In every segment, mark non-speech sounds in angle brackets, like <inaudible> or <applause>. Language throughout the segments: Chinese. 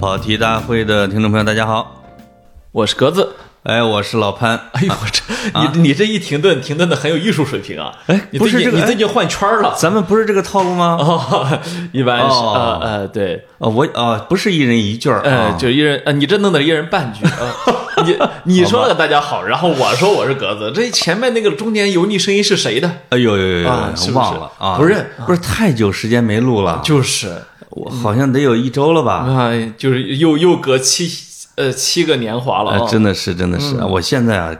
跑题大会的听众朋友，大家好，我是格子。哎，我是老潘。哎呦，我这你你这一停顿，停顿的很有艺术水平啊！啊哎你不最是近这个你哎最近换圈儿了。咱们不是这个套路吗？哦， <laughs> 一般是哦呃呃对，啊，我啊，不是一人一句儿，呃啊就一人呃你这弄的一人半 <laughs> 句啊，你你说了大家好，然后我说我是格子，这前面那个中年油腻声音是谁的？哎呦呦呦呦，啊是不是忘了啊，不认不是太久时间没录了，就是我好像得有一周了吧？啊，就是又又隔七呃七个年华了啊，啊，真的是真的是，我现在啊，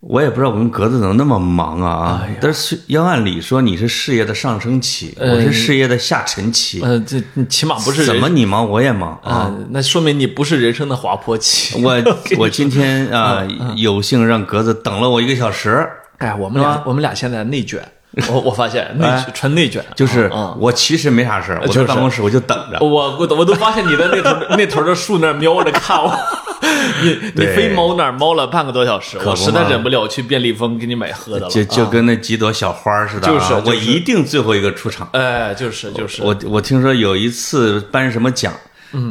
我也不知道我跟格子怎么那么忙啊，哎但是要按理说你是事业的上升期，我是事业的下沉期，呃这你起码哎不是怎人么你忙我也忙啊。啊？那说明你不是人生的滑坡期。我我今天 <laughs> 啊，嗯有幸让格子等了我一个小时，哎，我们俩我们俩现在内卷，我我发现内卷纯内卷，就是啊。啊啊我其实没啥事儿，我呃就在是哦办公室我就等着。我我都我都发现你在那头那头的树那儿瞄着看我， <laughs> 你你对非猫那儿猫了半个多小时，不我实在嘛忍不了去便利蜂给你买喝的了。就就跟那几朵小花似的啊，啊就是就是我一定最后一个出场。哎，就是就是，嗯我我听说有一次颁什么奖，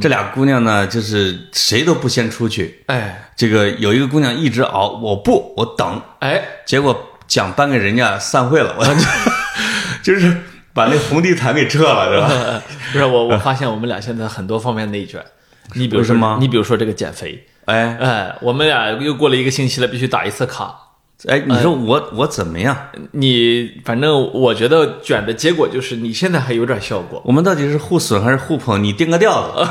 这俩姑娘呢，就是谁都不先出去。哎这个有一个姑娘一直熬，我不，我等，哎，结果奖颁给人家，散会了，啊我 <laughs> 就是把那红地毯给撤了，是 <laughs> 吧？呃不是我我发现我们俩现在很多方面内卷，你比如为什说么你比如说这个减肥，哎哎，我们俩又过了一个星期了，必须打一次卡。哎，你说我我怎么样？你反正我觉得卷的结果就是你现在还有点效果， <laughs> 我们到底是互损还是互捧？你定个调子，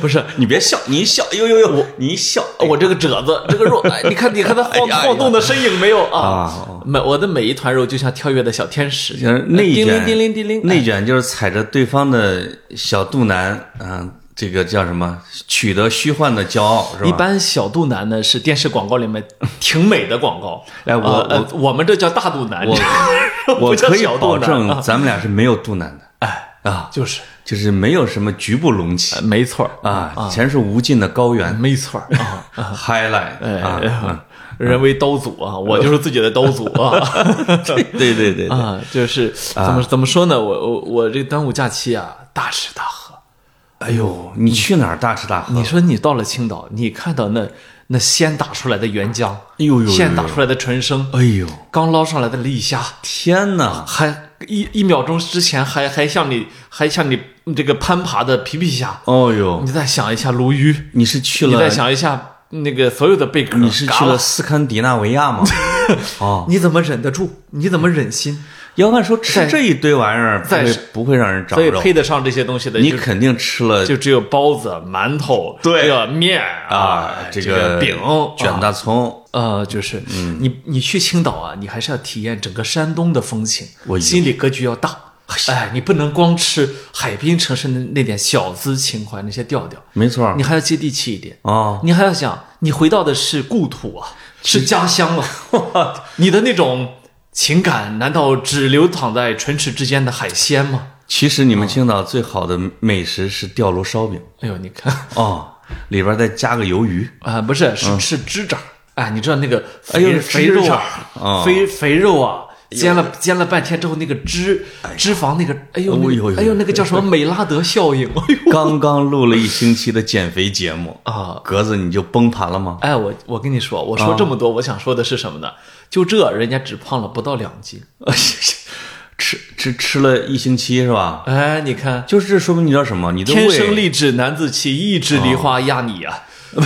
不是你别笑，你一笑，呦呦呦，你一笑，我这个褶子，这个肉，哎，你看，你看它哎晃呀晃动的身影没有啊嗯啊？每我的每一团肉就像跳跃的小天使，就是内呃叮卷，铃叮铃叮铃，内哎卷就是踩着对方的小肚腩，嗯、这个叫什么？取得虚幻的骄傲是吧？哎一般小肚腩呢是电视广告里面挺美的广告， <laughs> 哎我啊呃我们这叫大肚 <laughs> 腩，我不我叫可以小肚保腩证，啊，咱们俩是没有肚腩的，哎啊，就是就是没有什么局部隆起呃没错儿，啊，全是无尽的高原没错儿啊， <laughs> highlight 哎啊，呀，人为刀俎啊，我就是自己的刀俎 <laughs> 啊。对对对对，对啊，就是怎么怎么说呢？我我我这端午假期啊，大吃大喝，哎呦，你去哪儿大吃大喝你？说你到了青岛，你看到那那鲜打出来的原浆，哎呦呦呦鲜打出来的纯生，哎呦，刚捞上来的利虾，天哪！还一一秒钟之前还还向你还向你这个攀爬的皮皮虾，哦呦，你再想一下鲈鱼，你是去你再了？想一下那个所有的贝壳，你是去嘎了啦，斯堪的纳维 <laughs> 亚吗？哦，你怎么忍得住？你怎么忍心？要按说吃在这一堆玩意儿，不在会不会让人长所以肉。配得上这些东西的，你就肯定吃了就只有包子、馒头、对这个面啊，这个饼、卷大葱，呃，就是嗯你你去青岛啊，你还是要体验整个山东的风情，我以为心理格局要大。哎，你不能光吃海滨城市的那点小资情怀那些调调，没错儿你还要接地气一点。啊。你还要想，你回到的是故土啊，是家乡啊， <laughs> 你的那种情感难道只流淌在唇齿之间的海鲜吗？其实你们啊青岛最好的美食是吊炉烧饼哎呦，你看哦，里边再加个鱿 <laughs> 鱼，啊、不是，是是指甲。哎，你知道那个哎呦肥肥指肉甲啊啊，肥肥肉啊，煎了煎了半天之后，那个脂脂肪那个，哎呦，哎那呦个呦哎呦，那个叫什么美拉德效应？哎呦刚刚录了一星期的减肥节目，啊！格子你就崩盘了吗？哎，我我跟你说，我说这么多，我想说的是什么呢？就这，人家只胖了不到两斤。 <laughs> 吃吃吃了一星期是吧？哎，你看，就是这说明你知道什么？你的胃天生丽质难自弃，一枝梨花压你啊！哦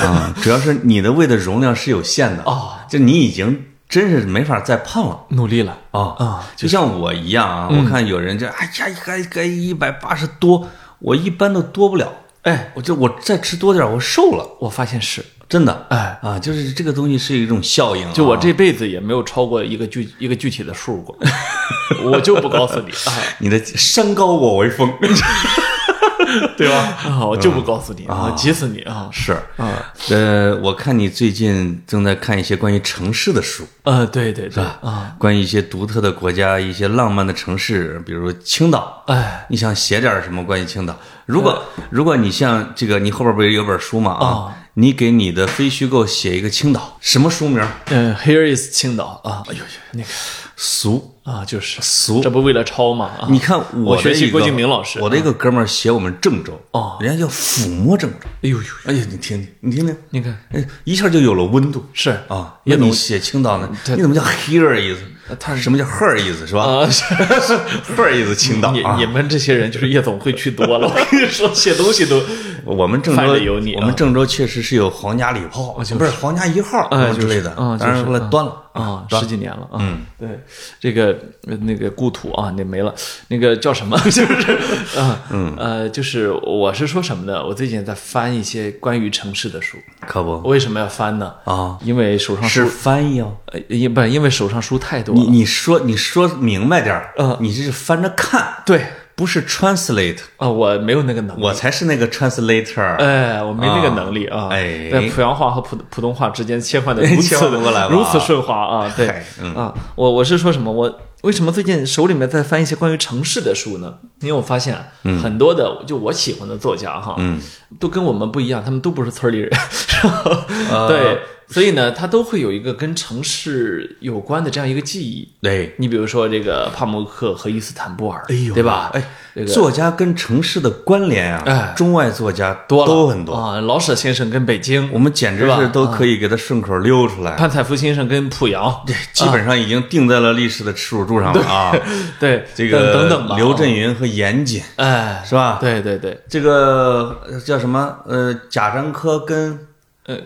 啊，主要是你的胃的容量是有限的哦，就你已经真是没法再胖了。 <laughs> 努力了，啊啊，嗯就像我一样啊，我看有人这哎呀，该该一百八十多，我一般都多不了。哎，我就我再吃多点儿，我瘦了，我发现是，真的哎，啊，就是这个东西是一种效应啊、就我这辈子也没有超过一个具一个具体的数过，我就不告诉你啊。你的山高我为峰， <laughs> 对 <laughs> 吧？嗯啊，我就不告诉你，我急死你啊！是啊，呃，我看你最近正在看一些关于城市的书，呃，对对对啊，关于一些独特的国家、一些浪漫的城市，比如青岛。哎，你想写点什么关于青岛？如果如果你像这个，你后边不是有本书嘛哦啊？你给你的非虚构哦写一个青岛，什么书名？嗯，Here is 青岛啊，哎呦呦，那个俗啊，就是俗这不为了抄吗？啊你看我的学习一郭个敬明老师我的一个哥们儿写我们郑州，哦人家叫抚摸郑州。哎呦呦，哎呀，你听听，你听听，你看哎，一下就有了温度是啊！也那懂你写青岛呢？你怎么叫 here 意思？他什么叫 her 意思是吧啊，是？her 意思青岛你啊你！们这些人就是夜总会去多了，我跟你说，写东西 <laughs> 都我们郑犯州了有你啊哦我们郑州确实是有皇家礼炮，就是不是皇家一号哎什么之类的就是嗯，当然后来端了啊，端十了几年了啊。嗯，对，这个呃那个故土啊，那没了，那个叫什么？ <laughs> 就是啊，嗯呃，就是我是说什么呢？我最近在翻一些关于城市的书。可不为什么要翻呢？啊，因为手上是书，翻译哦。呃，因不是因为手上书太多你了。你说你说明白点儿嗯，你这是翻着看，对不是 translate，啊，我没有那个能力。我才是那个 translator。哎，我没那个能力啊！哎在濮阳话和普普通话之间切换的如 <laughs> 切此换不过来吧如此顺滑啊！对嗨嗯啊，我我是说什么？我为什么最近手里面在翻一些关于城市的书呢？因为我发现啊嗯很多的就我喜欢的作家哈，嗯，都跟我们不一样，他们都不是村里人， <laughs> 呃对，所以呢，他都会有一个跟城市有关的这样一个记忆。对，你比如说这个帕慕克和伊斯坦布尔，哎呦，对吧？哎，这个作家跟城市的关联啊，哎中外作家多了都很多，啊，老舍先生跟北京，我们简直是吧啊是都可以给他顺口溜出来，潘采夫先生跟濮阳，这 <laughs> 基本上已经定在了历史的耻辱柱上了啊。对，这个等等吧，啊刘震云和严谨哎，是吧？对对对，这个呃叫什么？呃，贾樟柯跟呃，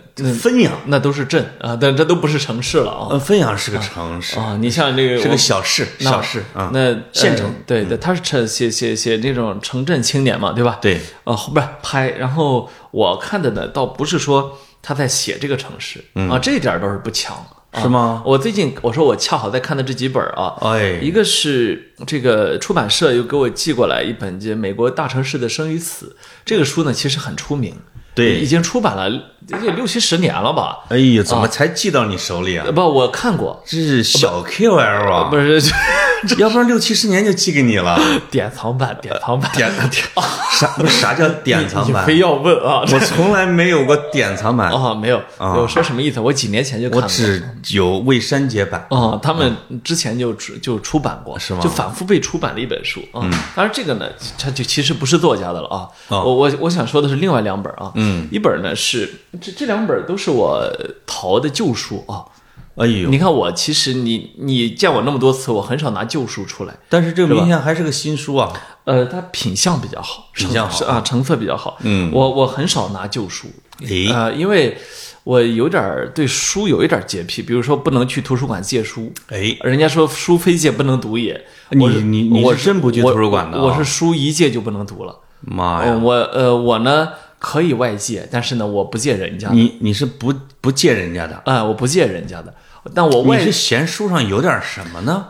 汾阳，那都是镇啊，但这都不是城市了啊呃，汾阳是个城市，啊，你像这个是我个小市，那小市啊。那县嗯城，对对，他是城写写写那种城镇青年嘛，对吧？对，哦，不是拍，然后我看的呢，倒不是说他在写这个城市嗯啊，这一点倒是不强，啊是吗？我最近我说我恰好在看的这几本啊，哎一，个是这个出版社又给我寄过来一本这《美国大城市的生与死》这个书呢，其实很出名，对已经出版了也六七十年了吧？哎呦，怎么才寄到你手里啊呃？不，我看过，这是小 QL 啊，不是要不然六七十年就寄给你了。 <laughs> 典藏版，典藏版，典 <laughs> 典啥不是啥叫典藏你版？非要问啊？我从来没有过典藏版，啊，没有，我说什么意思？我几年前就看我过。只有未删节版。哦，他们之前就出就出版过，嗯是吗嗯就反复被出版的一本书啊。当然，这个呢，它就其实不是作家的了啊。哦我我我想说的是另外两本啊，嗯，一本呢是这这两本都是我淘的旧书啊。哎呦，你看我其实你你见我那么多次，我很少拿旧书出来。但是这个明显还是个新书啊。呃，它品相比较好，品相好成啊，成色比较好。嗯我我很少拿旧书，诶，呃，因为我有点儿对书有一点儿洁癖，比如说不能去图书馆借书，哎，人家说书非借不能读也，你我是你你我是真不去图书馆的啊我？我是书一借就不能读了。妈呀，嗯，我呃我呢可以外借，但是呢我不借人家的，你你是不不借人家的？哎、我不借人家的。但我你外是嫌书上有点什么呢？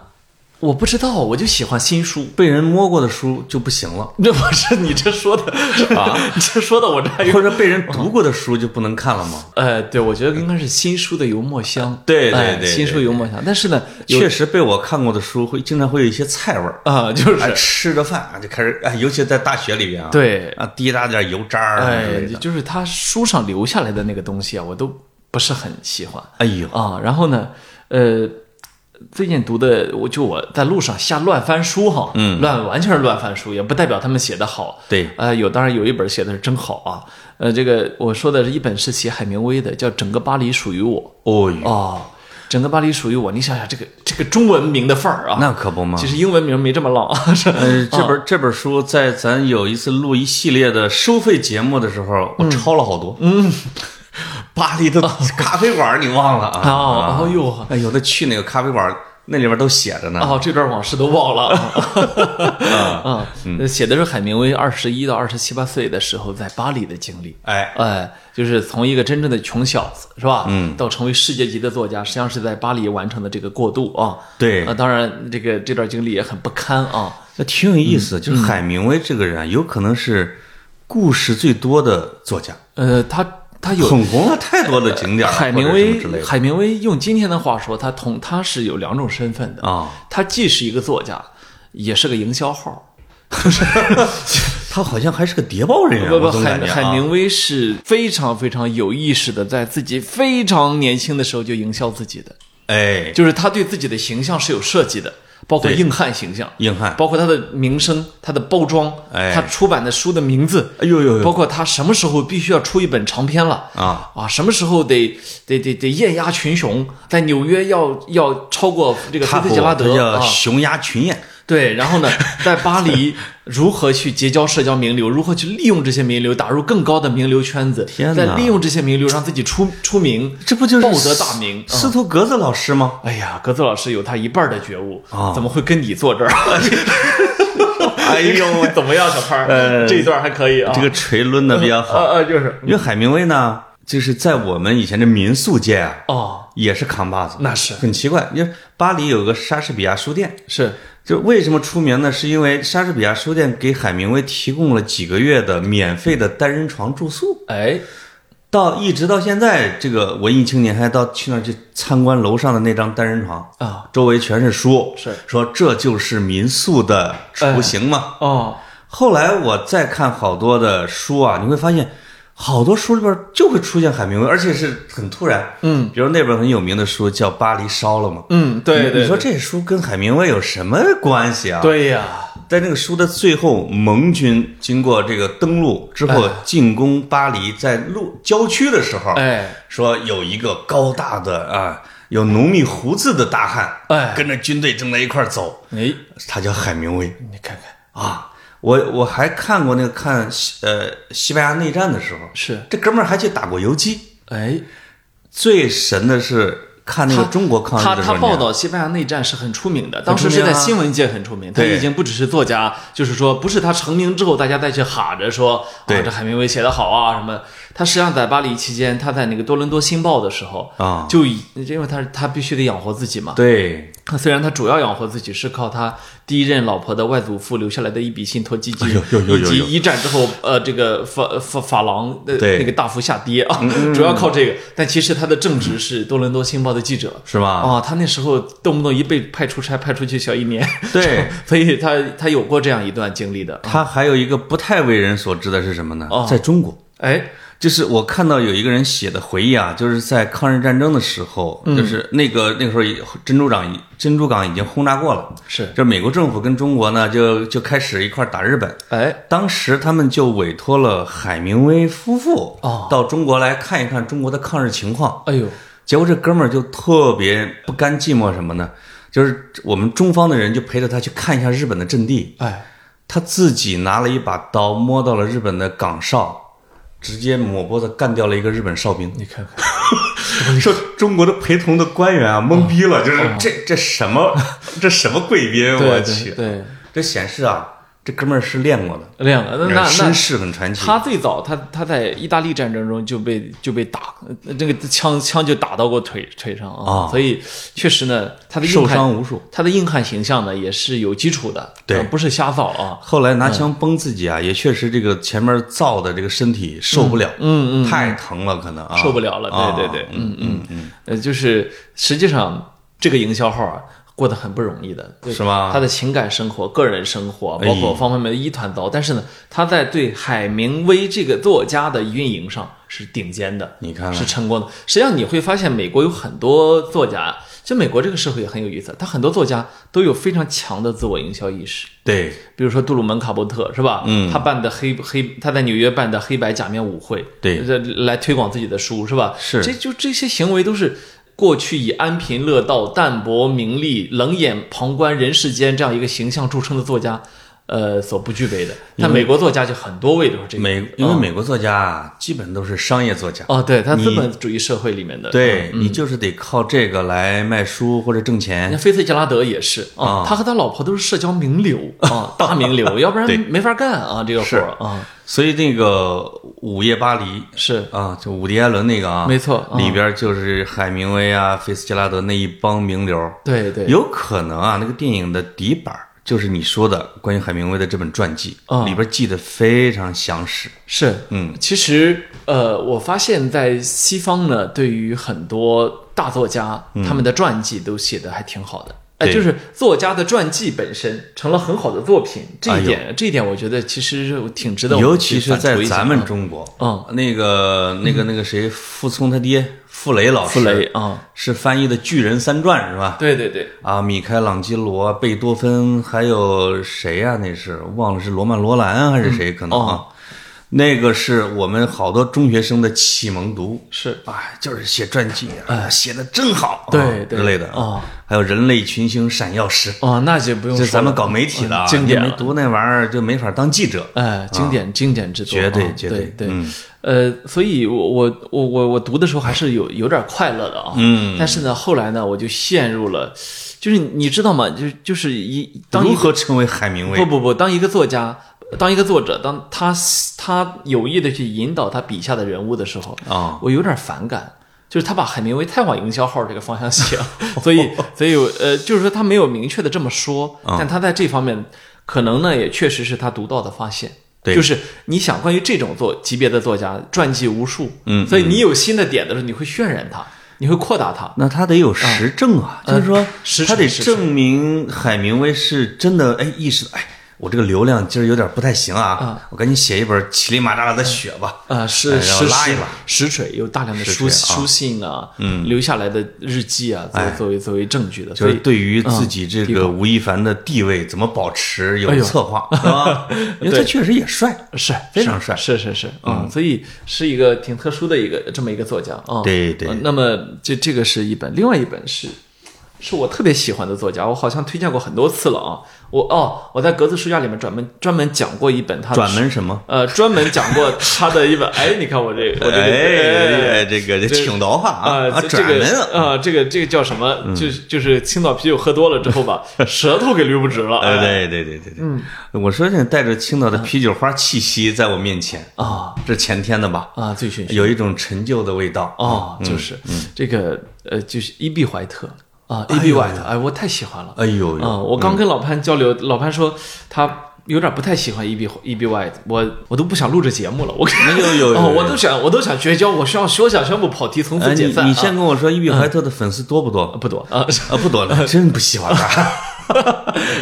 我不知道，我就喜欢新书。 <laughs> 被人摸过的书就不行了，这不是你这 <laughs> 说的啊？ <laughs> 你这说哎的我这还有或者被人读过的书就不能看了吗？呃，对，我觉得应该是新书的油墨香。对对哎对新书油墨香。但是呢，有确实被我看过的书会经常会有一些菜味儿，啊、就是哎，吃着饭啊就开始，哎，尤其在大学里边啊，对，啊，滴答点油渣儿啊之哎类的，，就是他书上留下来的那个东西啊，我都不是很喜欢。哎呦，啊，然后呢，呃，最近读的，我就我在路上瞎乱翻书哈，嗯，乱完全是乱翻书，也不代表他们写的好。对，呃，有当然有一本写的是真好啊，呃，这个我说的是一本是写海明威的，叫《整个巴黎属于我哦呦》，哦，《整个巴黎属于我》，你想想这个这个中文名的范儿啊，那可不嘛其。实英文名没这么浪啊， <laughs> 是呃，这本这本书在咱有一次录一系列的收费节目的时候，我抄了好多。嗯， <laughs> 巴 <laughs> 黎的咖啡馆你忘了啊？哦，哦呦。哎，有的去那个咖啡馆，那里边都写着呢。哦，这段往事都忘了 <laughs> 啊！嗯写的是海明威二十一到二十七八岁的时候在巴黎的经历。哎，哎，就是从一个真正的穷小子是吧？嗯，到成为世界级的作家，实际上是在巴黎完成的这个过渡啊。对啊，当然这个这段经历也很不堪啊。那挺有意思。就是海明威这个人啊，有可能是故事最多的作家，呃，他他有捧红了太多的景点儿，海明或者什么威之类，的海明威用今天的话说，他同他是有两种身份的啊。他既是一个作家，也是个营销号。他好像还是个谍报人员，不不，我总海感觉啊海明威是非常非常有意识的，在自己非常年轻的时候就营销自己的，哎，就是他对自己的形象是有设计的，包括硬汉形象，硬汉，包括他的名声、他的包装、啊哎他出版的书的名字，哎呦呦呦包括他什么时候必须要出一本长篇了啊啊，什么时候得得得得艳压群雄，在纽约要要超过这个他菲不茨杰拉他德叫啊，熊鸦群雁，对，然后呢，在巴黎 <laughs> 如何去结交社交名流，如何去利用这些名流打入更高的名流圈子，天哪再利用这些名流让自己出出名，这不就是报得大名？司徒格子老师吗？哎呀，格子老师有他一半的觉悟，啊怎么会跟 <laughs> 你坐这儿？，哎呦喂怎么样，小潘儿？呃这一段还可以啊。这个锤抡的比较呃好。呃，就是因为海明威呢，就是在我们以前的民宿界啊，哦，也是扛把子，那是很奇怪。因为巴黎有个莎士比亚书店，是就为什么出名呢？是因为莎士比亚书店给海明威提供了几个月的免费的单人床住宿，哎，到一直到现在，这个文艺青年还到去那儿去参观楼上的那张单人床啊，周围全是书，是说这就是民宿的雏形嘛。哦，后来我再看好多的书啊，你会发现。好多书里边就会出现海明威，而且是很突然。嗯，比如那本很有名的书叫《巴黎烧了》嘛。嗯，对你对，你说这书跟海明威有什么关系啊？对呀，在那个书的最后，盟军经过这个登陆之后进攻巴黎，在路郊区的时候，哎说有一个高大的啊，有浓密胡子的大汉，哎跟着军队正在一块儿走，哎，你他叫海明威看看啊。我我还看过那个看西呃西班牙内战的时候，是这哥们儿还去打过游击。哎，最神的是看那个他中国抗日他的时候，他你报道西班牙内战是很出名的，当时出是名啊在新闻界很出名。他对已经不只是作家，就是说不是他成名之后大家再去喊着说啊对这海明威写得好啊什么。他实际上在巴黎期间，他在那个多伦多新报的时候啊就已因为他是他必须得养活自己嘛。对虽然他主要养活自己是靠他第一任老婆的外祖父留下来的一笔信托基金，哎呦呦呦呦以呦及一战之后呃这个法法法郎的对嗯那个大幅下跌啊，主要靠这个。但其实他的正职是多伦多新报的记者，是吧？啊、他那时候动不动一被派出差，派出去小一年， <laughs> 对，所以他他有过这样一段经历的。他还有一个不太为人所知的是什么呢？哦在中国。哎，就是我看到有一个人写的回忆啊，就是在抗日战争的时候，嗯就是那个那个时候已珍珠港已珍珠港已经轰炸过了，是，就美国政府跟中国呢就就开始一块儿打日本。哎，当时他们就委托了海明威夫妇哦到中国来看一看中国的抗日情况。哎呦，结果这哥们儿就特别不甘寂寞什么呢？就是我们中方的人就陪着他去看一下日本的阵地，哎，他自己拿了一把刀摸到了日本的岗哨，直接抹脖子干掉了一个日本哨兵。你看看， <laughs> 说中国的陪同的官员啊，懵逼了，就是这这什么 <laughs> 这什么贵宾，我对去，对，这显示啊，这哥们儿是练过的，对亮了，呃那那身那。世很传奇。他最早，他他在意大利战争中就被就被打，那个枪枪就打到过腿腿上啊啊，所以确实呢，他的硬受汉伤无数，他的硬汉形象呢也是有基础的，对啊不是瞎造啊，后来拿枪崩自己啊，也确实这个前面造的这个身体受不了，嗯嗯，太疼了，可能啊，受不了了，啊对对对，嗯嗯嗯，呃，就是实际上这个营销号啊。过得很不容易的，对是吗他的情感生活、个人生活，啊哎包括方方面面一团糟。但是呢，他在对海明威这个作家的运营上是顶尖的，你看看是成功的。实际上你会发现，美国有很多作家，就美国这个社会也很有意思，他很多作家都有非常强的自我营销意识。对，比如说杜鲁门·卡伯特是吧？嗯，他办的黑黑，他在纽约办的黑白假面舞会，对这来推广自己的书是吧？是这就这些行为都是过去以安贫乐道、淡泊名利、冷眼旁观人世间这样一个形象著称的作家，呃，所不具备的。但美国作家就很多位都是这个美因为美国作家啊，基本都是商业作家，哦，嗯对他资本主义社会里面的，对你就是得靠这个来卖书或者挣你钱看，菲茨杰拉德也是啊，他和他老婆都是社交名流 <laughs> 啊，大名流，要不然对没法干啊，这个活儿啊，所以那个《午夜巴黎》是啊，就伍迪·艾伦那个啊，没错嗯里边就是海明威啊、菲斯杰拉德那一帮名流，对对，有可能啊，那个电影的底板儿就是你说的关于海明威的这本传记，啊里边记得非常详实。是，嗯，其实呃，我发现在西方呢，对于很多大作家，他们的传记都写的还挺好的。嗯哎，对就是作家的传记本身成了很好的作品，这哎一呦点，这一点我觉得其实是挺值得我尤们去其是反在刍一下咱啊们中国，嗯，那个那个那个谁，傅聪他爹傅雷老师，傅雷啊，是翻译的《巨人三传》是吧？对对对，啊，米开朗基罗、贝多芬，还有谁呀、那是忘了是罗曼·罗兰啊还是谁？可能啊，哦那个是我们好多中学生的启蒙读，是啊，就是写传记啊，写的真好，啊对对之类的哦，还有《人类群星闪耀时》，哦，那就不用这说咱们了搞媒体的啊，嗯经典你了没读那玩意儿就没法当记者。哎，经典、经典之作，啊绝对啊绝对嗯对呃，所以我我我我我读的时候还是有有点快乐的啊，嗯，但是呢，后来呢，我就陷入了，就是你知道吗？就就是一当如一何成为海明不威？不不，当一个作家，当一个作者，当他他有意的去引导他笔下的人物的时候，啊，我有点反感。就是他把海明威太往营销号这个方向写了， <laughs> 所以，所以，呃，就是说他没有明确的这么说，嗯但他在这方面可能呢，也确实是他独到的发现。对就是你想关于这种作级别的作家，传记无数，嗯所以你有新的点的时候，你会渲染它，你会扩大它，那他得有实证啊，就是说实他得实证明海明威是真的，哎，意识到，哎，我这个流量今儿有点不太行啊，我赶紧写一本骑里马扎拉的雪吧。啊，哎是让我是拉一是把实锤，有大量的实锤书啊嗯哎书信啊，留下来的日记啊，作为作为作为证据的，就所是以对于自己这个吴亦凡的地位怎么保持有哎呦策 <laughs> 划，是吧？哎因哎为他确实也帅，是非常帅嗯是是是啊，所以是一个挺特殊的一个这么一个作家啊。对对呃那么这这个是一本，另外一本是是我特别喜欢的作家，我好像推荐过很多次了啊。我哦，我在格子书架里面专门专门讲过一本他的转门什么？呃专门讲过他的一本，哎，你看我这我这个哎，这个这这挺到话啊，啊，这转这门嗯个啊，这个这个叫什么？就就是青岛啤酒喝多了之 <laughs> 后吧，舌头给捋不直了。哎，哎对对对对对，我说这带着青岛的啤酒花气息在我面前，啊这前天的吧，啊，醉醺醺有一种陈旧的味道。哦，就是嗯这个呃，就是伊比怀特啊，伊比怀特，哎，我太喜欢了。哎呦呦，啊，我刚跟老潘交流，老潘说他有点不太喜欢 E B E B Y，我我都不想录这节目了，我哎呦呦呦 <laughs> 哦，呦我都想我都想绝交，我需要休想宣布跑题，从哎此你解散。你啊先跟我说，伊比怀特的粉丝多不多？不多啊，啊，不多了，真不喜欢 <laughs> 他。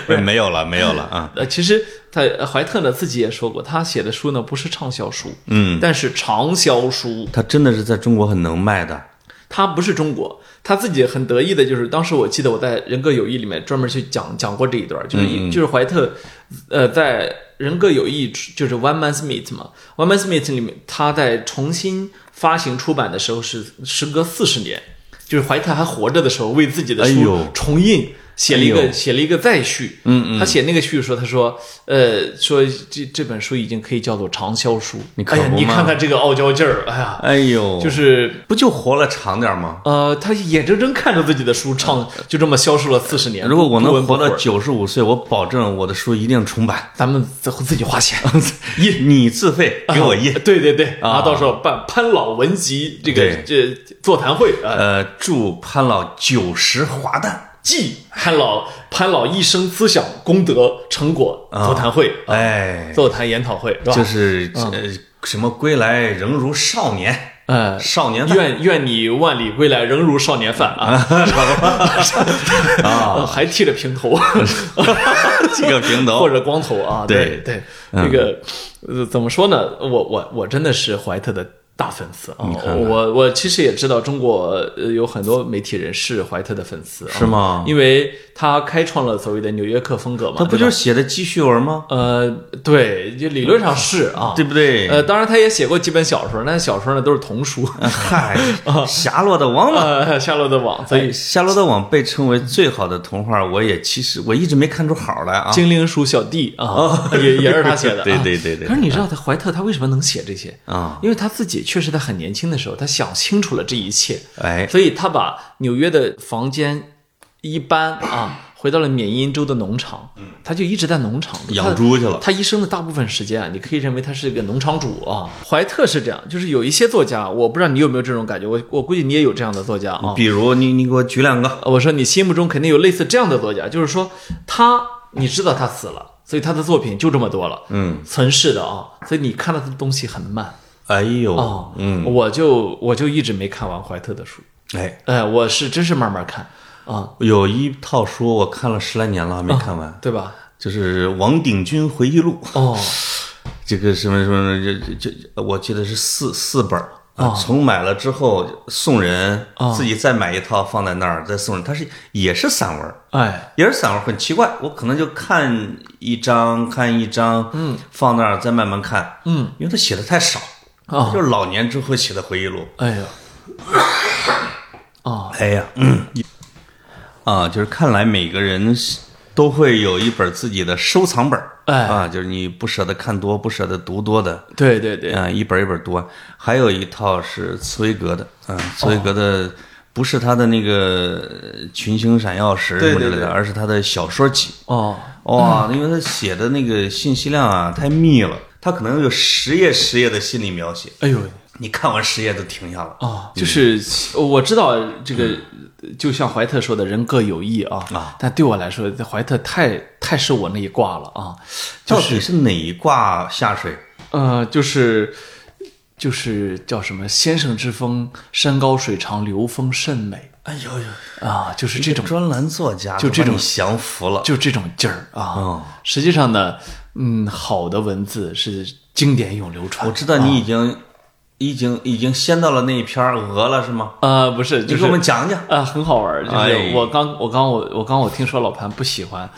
不是没有了，没有了啊。呃，其实他呃怀特呢自己也说过，他写的书呢不是畅销书，嗯，但是畅销书。他真的是在中国很能卖的。他不是中国，他自己很得意的就是，当时我记得我在《人各有异》里面专门去讲讲过这一段，就是嗯一、就是怀特，呃，在《人各有异》就是 One Man's Meat 嘛，One Man's Meat 里面，他在重新发行出版的时候是时隔四十年，就是怀特还活着的时候为自己的哎书呦重印。写了一哎个呦写了一个再序，嗯嗯，他写那个序说，他说，呃，说这这本书已经可以叫做畅销书，你可哎呀，不你嘛看看这个傲娇劲儿，哎呀，哎呦，就是不就活了长点吗？呃，他眼睁睁看着自己的书唱就这么消失了四十年。嗯如果我呃不能温不活到火，九十五岁，我保证我的书一定重版， <laughs> 咱们自自己花钱印。你自费给我 <laughs> 印啊。对对对，啊，到时候办潘老文集这个对这座谈会啊，呃，祝潘老九十华诞。记潘老潘老一生思想功德成果座谈会，啊哎，座谈研讨会是吧？嗯就是呃什么归来仍如少年，呃，少年犯愿愿你万里归来仍如少年犯 <laughs> 啊！啊， <laughs> 还剃着平 <laughs> 头。这个平头或者光头啊，哦对嗯对，那个呃怎么说呢？我我我真的是怀特的大粉丝啊！我我其实也知道中国呃有很多媒体人是怀特的粉丝，啊是？吗？因为他开创了所谓的纽约客风格嘛，他不对吧就是写的记叙文吗？呃对，就理论上是啊，对不对？啊呃，当然他也写过几本小说，那小说呢都是童书，嗯嗨，啊夏洛的王嘛， <laughs> 呃，夏洛的网，所以夏洛的网被称为最好的童话，我也其实我一直没看出好来啊。精灵鼠小弟啊，也也是他写的啊。哦 <laughs> 对对对对可是你知道他怀特他为什么能写这些啊？因为他自己确实在很年轻的时候，他想清楚了这一切，哎，所以他把纽约的房间一搬 <coughs> 啊，回到了缅因州的农场。他就一直在农场他养猪去了他一生的大部分时间啊，你可以认为他是一个农场主啊。怀特是这样，就是有一些作家，我不知道你有没有这种感觉，我我估计你也有这样的作家啊。呃比如你你给我举两个，我说你心目中肯定有类似这样的作家，就是说他，你知道他死了，所以他的作品就这么多了，嗯，存世的啊，所以你看到的东西很慢哎呦，哦，嗯，我就我就一直没看完怀特的书，哎，哎，我是真是慢慢看啊，有一套书我看了十来年了哦还没看完，对吧？就是《王鼎钧回忆录》，哦，这个什么什么，这这这，我记得是四四本儿哦啊，从买了之后送人，自己再买一套放在那儿再送人，它是也是散文，哎，也是散文，很奇怪。我可能就看一张看一张，嗯，放那儿再慢慢看，嗯，因为他写的太少，啊，就是老年之后写的回忆录。哎呀，啊，哎呀，嗯，啊，就是看来每个人都会有一本自己的收藏本儿，哎啊，就是你不舍得看多，不舍得读多的，对对对，嗯，一本儿一本儿读完。还有一套是茨威格的，嗯，茨威格的哦不是他的那个呃群星闪耀时对什么对之类的，而是他的小说集。哦，哇，因为他写的那个信息量啊太密了，他可能有十页十页的心理描写，哎呦，你看完十页都停下了。哦，就是我知道这个，就像怀特说的，人各有异啊。啊，但对我来说，怀特太太是我那一挂了啊。到底是哪一卦下水？呃，就是就是叫什么“先生之风，山高水长流，风甚美哎呦呦，”啊，就是这种专栏作家就都这把种你降服了。就这种劲儿啊。哦实际上呢，嗯，好的文字是经典永流传。我知道你已经、已经已经先到了那一篇鹅了，是吗？呃，不是，你就是给我们讲讲。啊，很好玩儿，就哎嗯是我刚我刚我我刚我听说老潘不喜欢、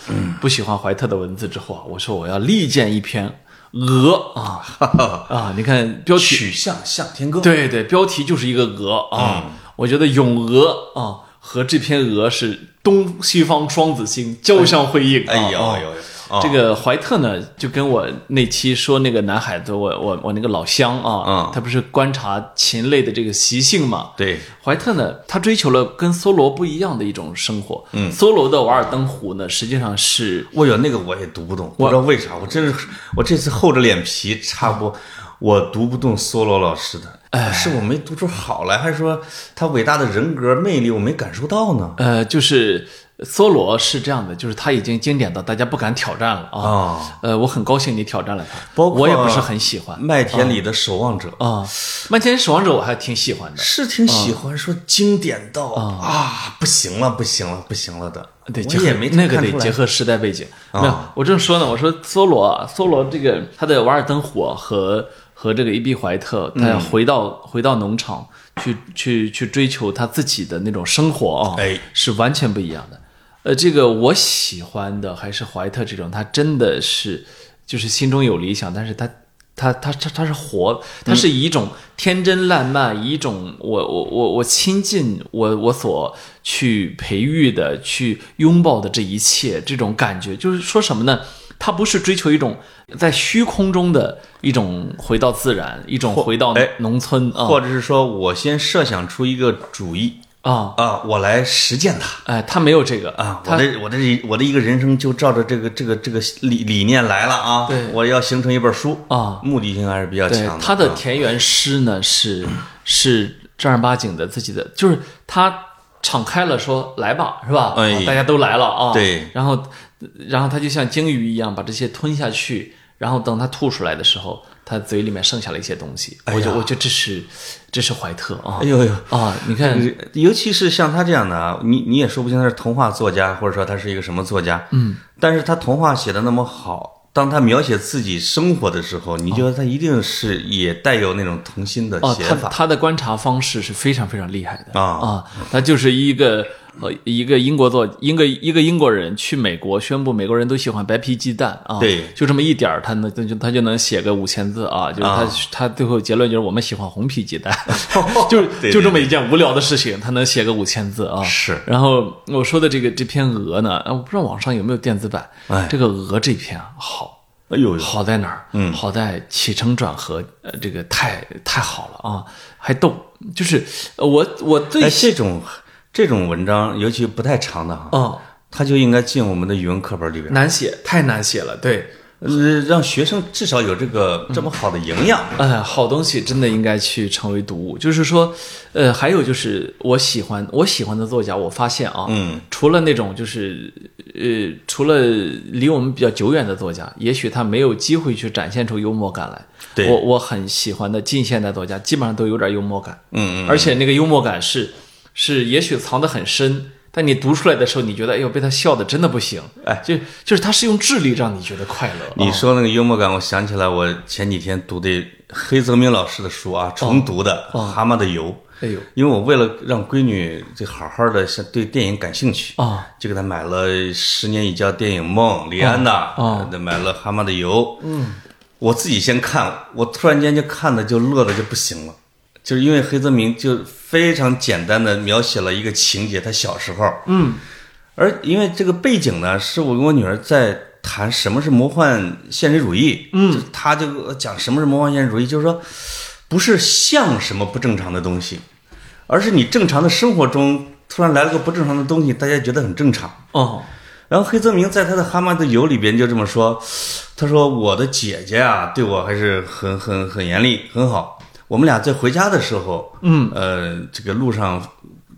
不喜欢怀特的文字之后啊，我说我要力荐一篇《鹅》啊 <laughs> 啊！你看标题，曲项向天歌，对对，标题就是一个鹅嗯啊。我觉得《咏鹅》啊和这篇《鹅》是东西方双子星交相辉映。哎呦啊哎呦，哎呦哦这个怀特呢，就跟我那期说那个男孩子，我我我那个老乡啊，嗯他不是观察禽类的这个习性嘛，对，怀特呢，他追求了跟梭罗不一样的一种生活。嗯，梭罗的《瓦尔登湖》呢，实际上是我有那个我也读不懂，不知道为啥，我真是我这次厚着脸皮插播，我读不动梭罗老师的，是我没读出好来，还是说他伟大的人格魅力我没感受到呢？呃，就是梭罗是这样的，就是他已经经典到大家不敢挑战了啊。啊，呃，我很高兴你挑战了他，包括我也不是很喜欢啊麦田里的守望者啊。漫天守望者我还挺喜欢的，是挺喜欢，说经典到啊，不行了，不行了，不行了的，得我结合也没那个看得出来啊结合时代背景。没有，我正说呢，我说梭罗啊，梭罗这个他的《瓦尔登湖》和和这个伊壁怀特，他嗯要回到、回到农场去去去追求他自己的那种生活啊、哎是完全不一样的。呃，这个我喜欢的还是怀特这种，他真的是就是心中有理想，但是他。他他他他是活，他嗯是以一种天真烂漫，以一种我我我我亲近我我所去培育的、去拥抱的这一切这种感觉，就是说什么呢？他不是追求一种在虚空中的一种回到自然，一种回到哎农村啊或者是说我先设想出一个主意啊啊，我来实践它哎，他没有这个啊，我他的我的人我的一个人生就照着这个这个这个理理念来了啊，对我要形成一本书啊，目的嗯啊性还是比较对强，他的田园诗呢是是正儿八经的自己的，就是他敞开了说来吧，是吧？哎大家都来了啊。对然后然后他就像鲸鱼一样把这些吞下去，然后等他吐出来的时候，他嘴里面剩下了一些东西。哎呀我就我觉得这是这是怀特啊哎呦呦。啊！你看，嗯尤其是像他这样的啊，你你也说不清他是童话作家，或者说他是一个什么作家，嗯，但是他童话写的那么好，当他描写自己生活的时候，你觉得他一定是也带有那种童心的哦，写他法，他的观察方式是非常非常厉害的啊他就是一个呃一个英国作英个一个英国人去美国宣布美国人都喜欢白皮鸡蛋啊，对就这么一点儿，他能他就他就能写个五千字啊，就是他、啊他最后结论就是我们喜欢红皮鸡蛋， <laughs> 就是对对就这么一件无聊的事情，他能写个五千字啊，哦是然后我说的这个这篇鹅呢，啊我不知道网上有没有电子版，哎这个鹅这篇啊好。哎呦呦，好在哪儿？嗯，好在起承转合，呃，这个太太好了啊，还逗。就是呃我我最哎，喜这种这种文章，尤其不太长的哈，哦它就应该进我们的语文课本里边，难写，太难写了。对，呃，让学生至少有这个这么好的营养。哎，好东西真的应该去成为读物。就是说，呃，还有就是我喜欢我喜欢的作家，我发现啊，嗯，除了那种就是呃，除了离我们比较久远的作家，也许他没有机会去展现出幽默感来。对我我很喜欢的近现代作家，基本上都有点幽默感。嗯嗯，而且那个幽默感是是也许藏得很深，但你读出来的时候，你觉得哎呦被他笑的真的不行，哎，就就是他是用智力让你觉得快乐。你说那个幽默感，我想起来我前几天读的黑泽明老师的书啊，重读的《蛤蟆的油》。哎呦，因为我为了让闺女这好好的像对电影感兴趣啊，就给她买了《十年一觉电影梦》李安的，呃啊买了《蛤蟆的油》。嗯，我自己先看，我突然间就看的就乐的就不行了，就是因为黑泽明就非常简单的描写了一个情节，他小时候，嗯，而因为这个背景呢，是我跟我女儿在谈什么是魔幻现实主义。嗯，她就讲什么是魔幻现实主义，就是说，不是像什么不正常的东西，而是你正常的生活中突然来了个不正常的东西，大家觉得很正常。哦，然后黑泽明在他的《蛤蟆的油》里边就这么说，他说我的姐姐啊，对我还是很很很严厉，很好。我们俩在回家的时候，嗯，呃，这个路上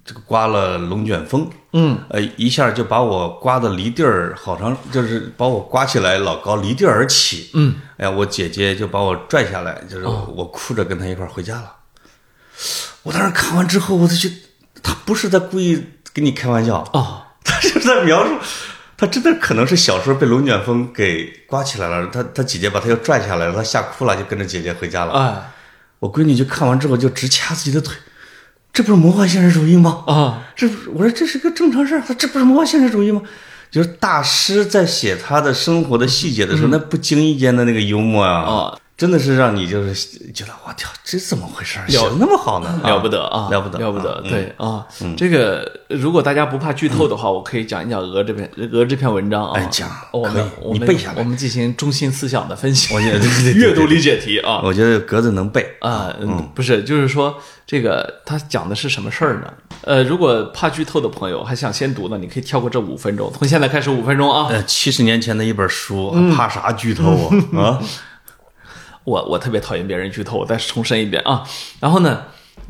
这个刮了龙卷风，嗯，呃，一下就把我刮的离地儿好长，就是把我刮起来老高，离地儿而起，嗯，哦哎呀，我姐姐就把我拽下来，就是我哭着跟她一块儿回家了。我当时看完之后，我就觉得他不是在故意跟你开玩笑，哦， <laughs> 他就是在描述，他真的可能是小时候被龙卷风给刮起来了，他他姐姐把他又拽下来了，他吓哭了，就跟着姐姐回家了。哎，啊我闺女就看完之后就直掐自己的腿，这不是魔幻现实主义吗？啊，这不是我说这是个正常事儿，她这不是魔幻现实主义吗？就是大师在写他的生活的细节的时候，那不经意间的那个幽默嗯啊，哦真的是让你就是觉得我操，这怎么回事儿？写的那么好呢，了不得啊，了不得，了不啊得，对啊，这个如果大家不怕剧透的话，我可以讲一讲鹅这篇鹅这篇文章啊，哎讲我可以们我你们背下来我们进行中心思想的分析，我觉得对对对对阅读理解题啊，我觉得格子能背，啊、嗯，不是，就是说这个他讲的是什么事儿呢？呃，如果怕剧透的朋友还想先读呢，你可以跳过这五分钟，从现在开始五分钟啊。呃，七十年前的一本书，嗯怕啥剧透啊？ <laughs> 啊，我我特别讨厌别人剧透，我再重申一遍啊。然后呢，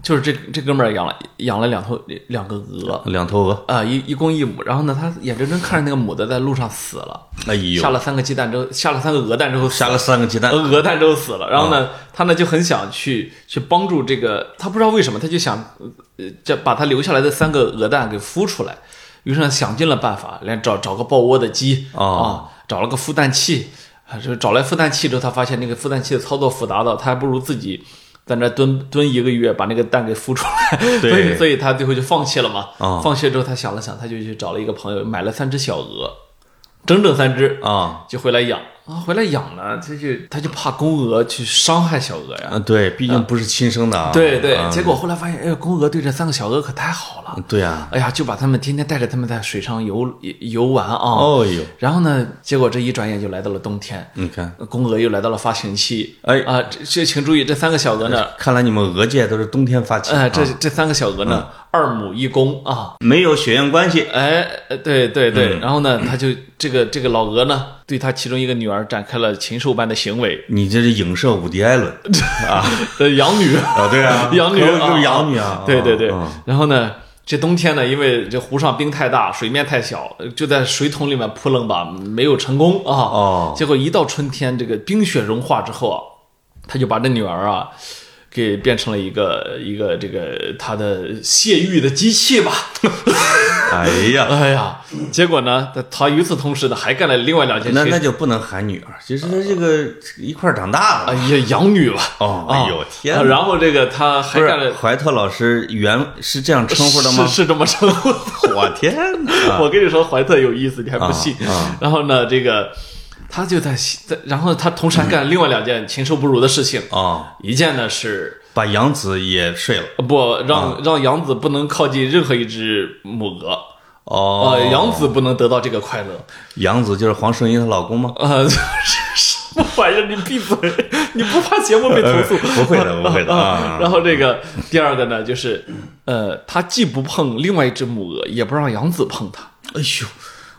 就是这这哥们儿养了养了两头两个鹅。两头鹅，啊、一一公一母，然后呢，他眼睁睁看着那个母的在路上死了，哎呦下，了三个鸡蛋之后，下了三个鹅蛋之后死下了三个鸡蛋，呃啊鹅蛋之后死了，然后呢，他呢就很想去去帮助这个，他不知道为什么，他就想，呃，这把他留下来的三个鹅蛋给孵出来，于是呢想尽了办法，连找找个抱窝的鸡啊、哦找了个孵蛋器，啊，就找来孵蛋器之后，他发现那个孵蛋器的操作复杂到，他还不如自己在那蹲蹲一个月把那个蛋给孵出来，对所以所以他最后就放弃了嘛，哦放弃了之后，他想了想，他就去找了一个朋友买了三只小鹅，整整三只啊就回来养啊，回来养呢，他就他就怕公鹅去伤害小鹅呀。啊，对，毕竟不是亲生的啊，对对，啊结果后来发现，哎呦，公鹅对这三个小鹅可太好了，对啊，哎呀，就把它们天天带着它们在水上游游玩啊。哦呦，然后呢，结果这一转眼就来到了冬天，你看，公鹅又来到了发情期。哎啊，这这请注意，这三个小鹅呢，看来你们鹅界都是冬天发情，啊呃，这这三个小鹅呢，二母一公啊，没有血缘关系，哎，呃对对对，然后呢，他就这个这个老鹅呢，对他其中一个女儿展开了禽兽般的行为，你这是影射伍迪·艾 <laughs> 伦啊呃， <laughs> 养女，啊，对啊，养女可不啊就是养女啊， <laughs> 对对对啊，然后呢，这冬天呢，因为这湖上冰太大，水面太小，呃就在水桶里面扑棱吧，没有成功啊。哦结果一到春天，这个冰雪融化之后啊，他就把这女儿啊。给变成了一个一个这个他的泄欲的机器 <laughs> 吧，哎 <laughs> 呀，哎呀，结果呢，他他与此同时呢，还干了另外两件事那情那就不能喊女儿，其实她这个一块儿长大啊，的，也养女吧。哦，啊哎呦天啊哪！然后这个他还不干是了，怀特老师原是这样称呼的哎是吗？是这么称呼的。我天哪！ <laughs> 我跟你说，怀特有意思，你还不信啊啊？然后呢，这个他就在在，然后他同时还干了另外两件禽兽不如的事情。哦，一件呢是把养子也睡了。呃不啊让让养子不能靠近任何一只母鹅，哦，呃，养子不能得到这个快乐。杨子就是黄圣依她老公吗？呃， <laughs> 什么玩意儿？你闭嘴！ <laughs> 你不怕节目被投诉？呃不会 <laughs> 的不会的啊然后这个第二个呢，就是呃，他既不碰另外一只母鹅，也不让杨子碰它，哎呦，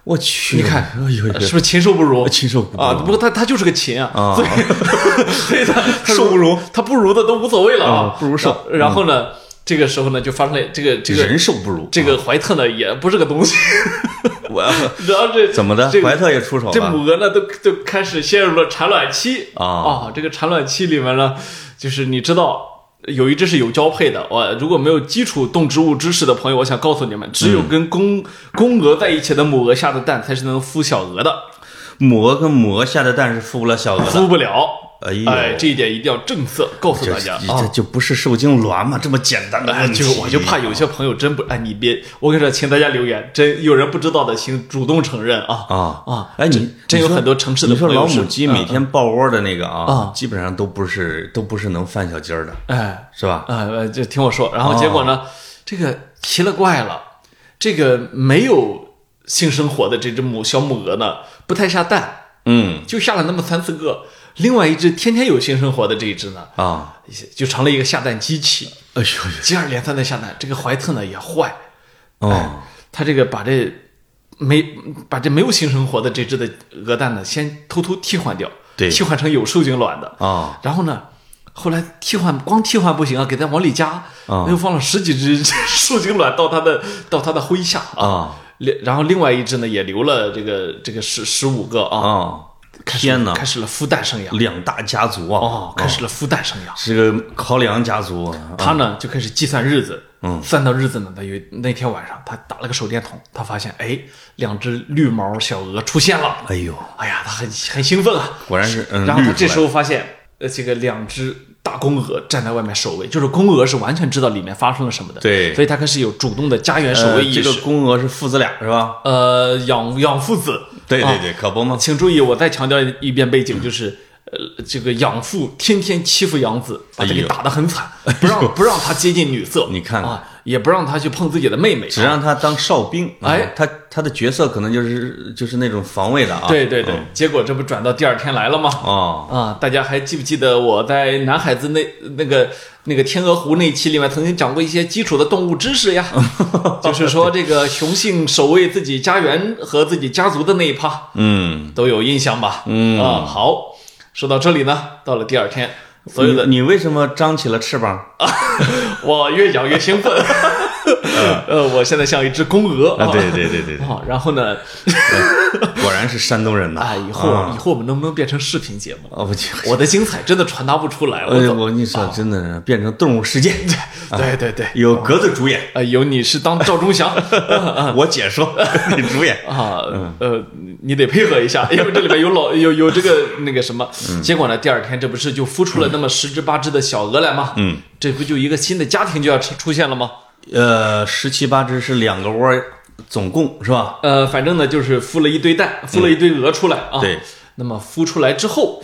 我去！你看哎呦，是不是禽兽不如？禽兽不如啊！不过他他就是个禽啊，啊所以所 <laughs> 以他他兽不如，他不如的都无所谓了啊，嗯不如兽然后呢，这个时候呢，就发生了这个这个人兽不如。这个怀特呢，也不是个东西。 <laughs> 我 <laughs> 要然后这怎么的这？个怀特也出手这了母鹅呢，都都开始陷入了产卵期啊这个产卵期里面呢，就是你知道，有一只是有交配的。我如果没有基础动植物知识的朋友，我想告诉你们，只嗯有跟公、公鹅在一起的母鹅下的蛋才是能孵小鹅的，母鹅跟母鹅下的蛋是孵不了小鹅的。孵不了。哎呦，哎，这一点一定要正色告诉这大家这啊！就不是受精卵嘛，这么简单的哎，问题。就是我就怕有些朋友真不哎，你别，我跟你说，请大家留言，真有人不知道的，请主动承认啊！啊啊哎，你真你有说很多城市的你说朋友老是嗯母鸡每天抱窝的那个啊啊，基本上都不是都不是能犯小鸡儿的，哎，是吧？啊、呃，就听我说，然后结果哦呢，这个奇了怪了，这个没有性生活的这只母小母鹅呢，不太下蛋，嗯就下了那么三四个。另外一只天天有性生活的这一只呢，啊，就成了一个下蛋机器，哎呦，接二连三的下蛋。这个怀特呢也坏，哦，哎他这个把这没把这没有性生活的这只的鹅蛋呢，先偷偷替换掉，对替换成有受精卵的。啊然后呢，后来替换光替换不行啊，给它往里加，啊又放了十几只受精卵到它的到它的麾下啊。啊另然后另外一只呢也留了这个这个十十五个啊，啊！开始天哪开，始了孵蛋生涯两大家族啊，哦，开始了孵蛋生涯。是个考良家族啊，他呢就开始计算日子，嗯，算到日子呢，他有那天晚上他打了个手电筒，他发现哎，两只绿毛小鹅出现了，哎呦，哎呀，他很很兴奋啊，果然是嗯然后他绿出这来时候发现，呃，这个两只大公鹅站在外面守卫，就是公鹅是完全知道里面发生了什么的，对所以他开始有主动的家园守呃卫意识。这个公鹅是父子俩是吧？呃，养养父子，对对啊对，可不嘛，请注意，我再强调一遍背景，就是。呃，这个养父天天欺负养子，把他哎给呦打得很惨，不让不让他接近女色，你看看啊，也不让他去碰自己的妹妹，只让他当哨兵，啊哎他他的角色可能就是就是那种防卫的啊，对对对，结果这不转到第二天来了吗？哦，啊，大家还记不记得我在南海子那那个那个天鹅湖那一期里面曾经讲过一些基础的动物知 <laughs> 识呀？就是说这个雄性守卫自己家园和自己家族的那一趴嗯，都有印象吧？嗯啊，好，说到这里呢，到了第二天，所有的你你为什么张起了翅膀？ <laughs> 我越讲 <laughs> 越兴奋，呃，我现在像一只公鹅嗯啊，对对对对对， <laughs> 啊，然后呢， <laughs> 果然是山东人呐！啊，以后啊以后我们能不能变成视频节目？哦，我 <laughs> 去，我的精彩真的传达不出来，我哎呦，怎么？我跟你说，真的是变成动物世界， <laughs> 对对对。有格子主演，啊，有你是当赵忠 <laughs> 祥我姐说 <laughs> 你主演，啊，嗯呃，你得配合一下，因为这里面有老有有这个那个什么，嗯结果呢，第二天这不是就孵出了那么十只八只的小鹅来吗？嗯，这不就一个新的家庭就要出出现了吗？呃，十七八只是两个窝儿，总共是吧？呃，反正呢就是孵了一堆蛋，孵了一堆鹅出来啊。嗯对，那么孵出来之后，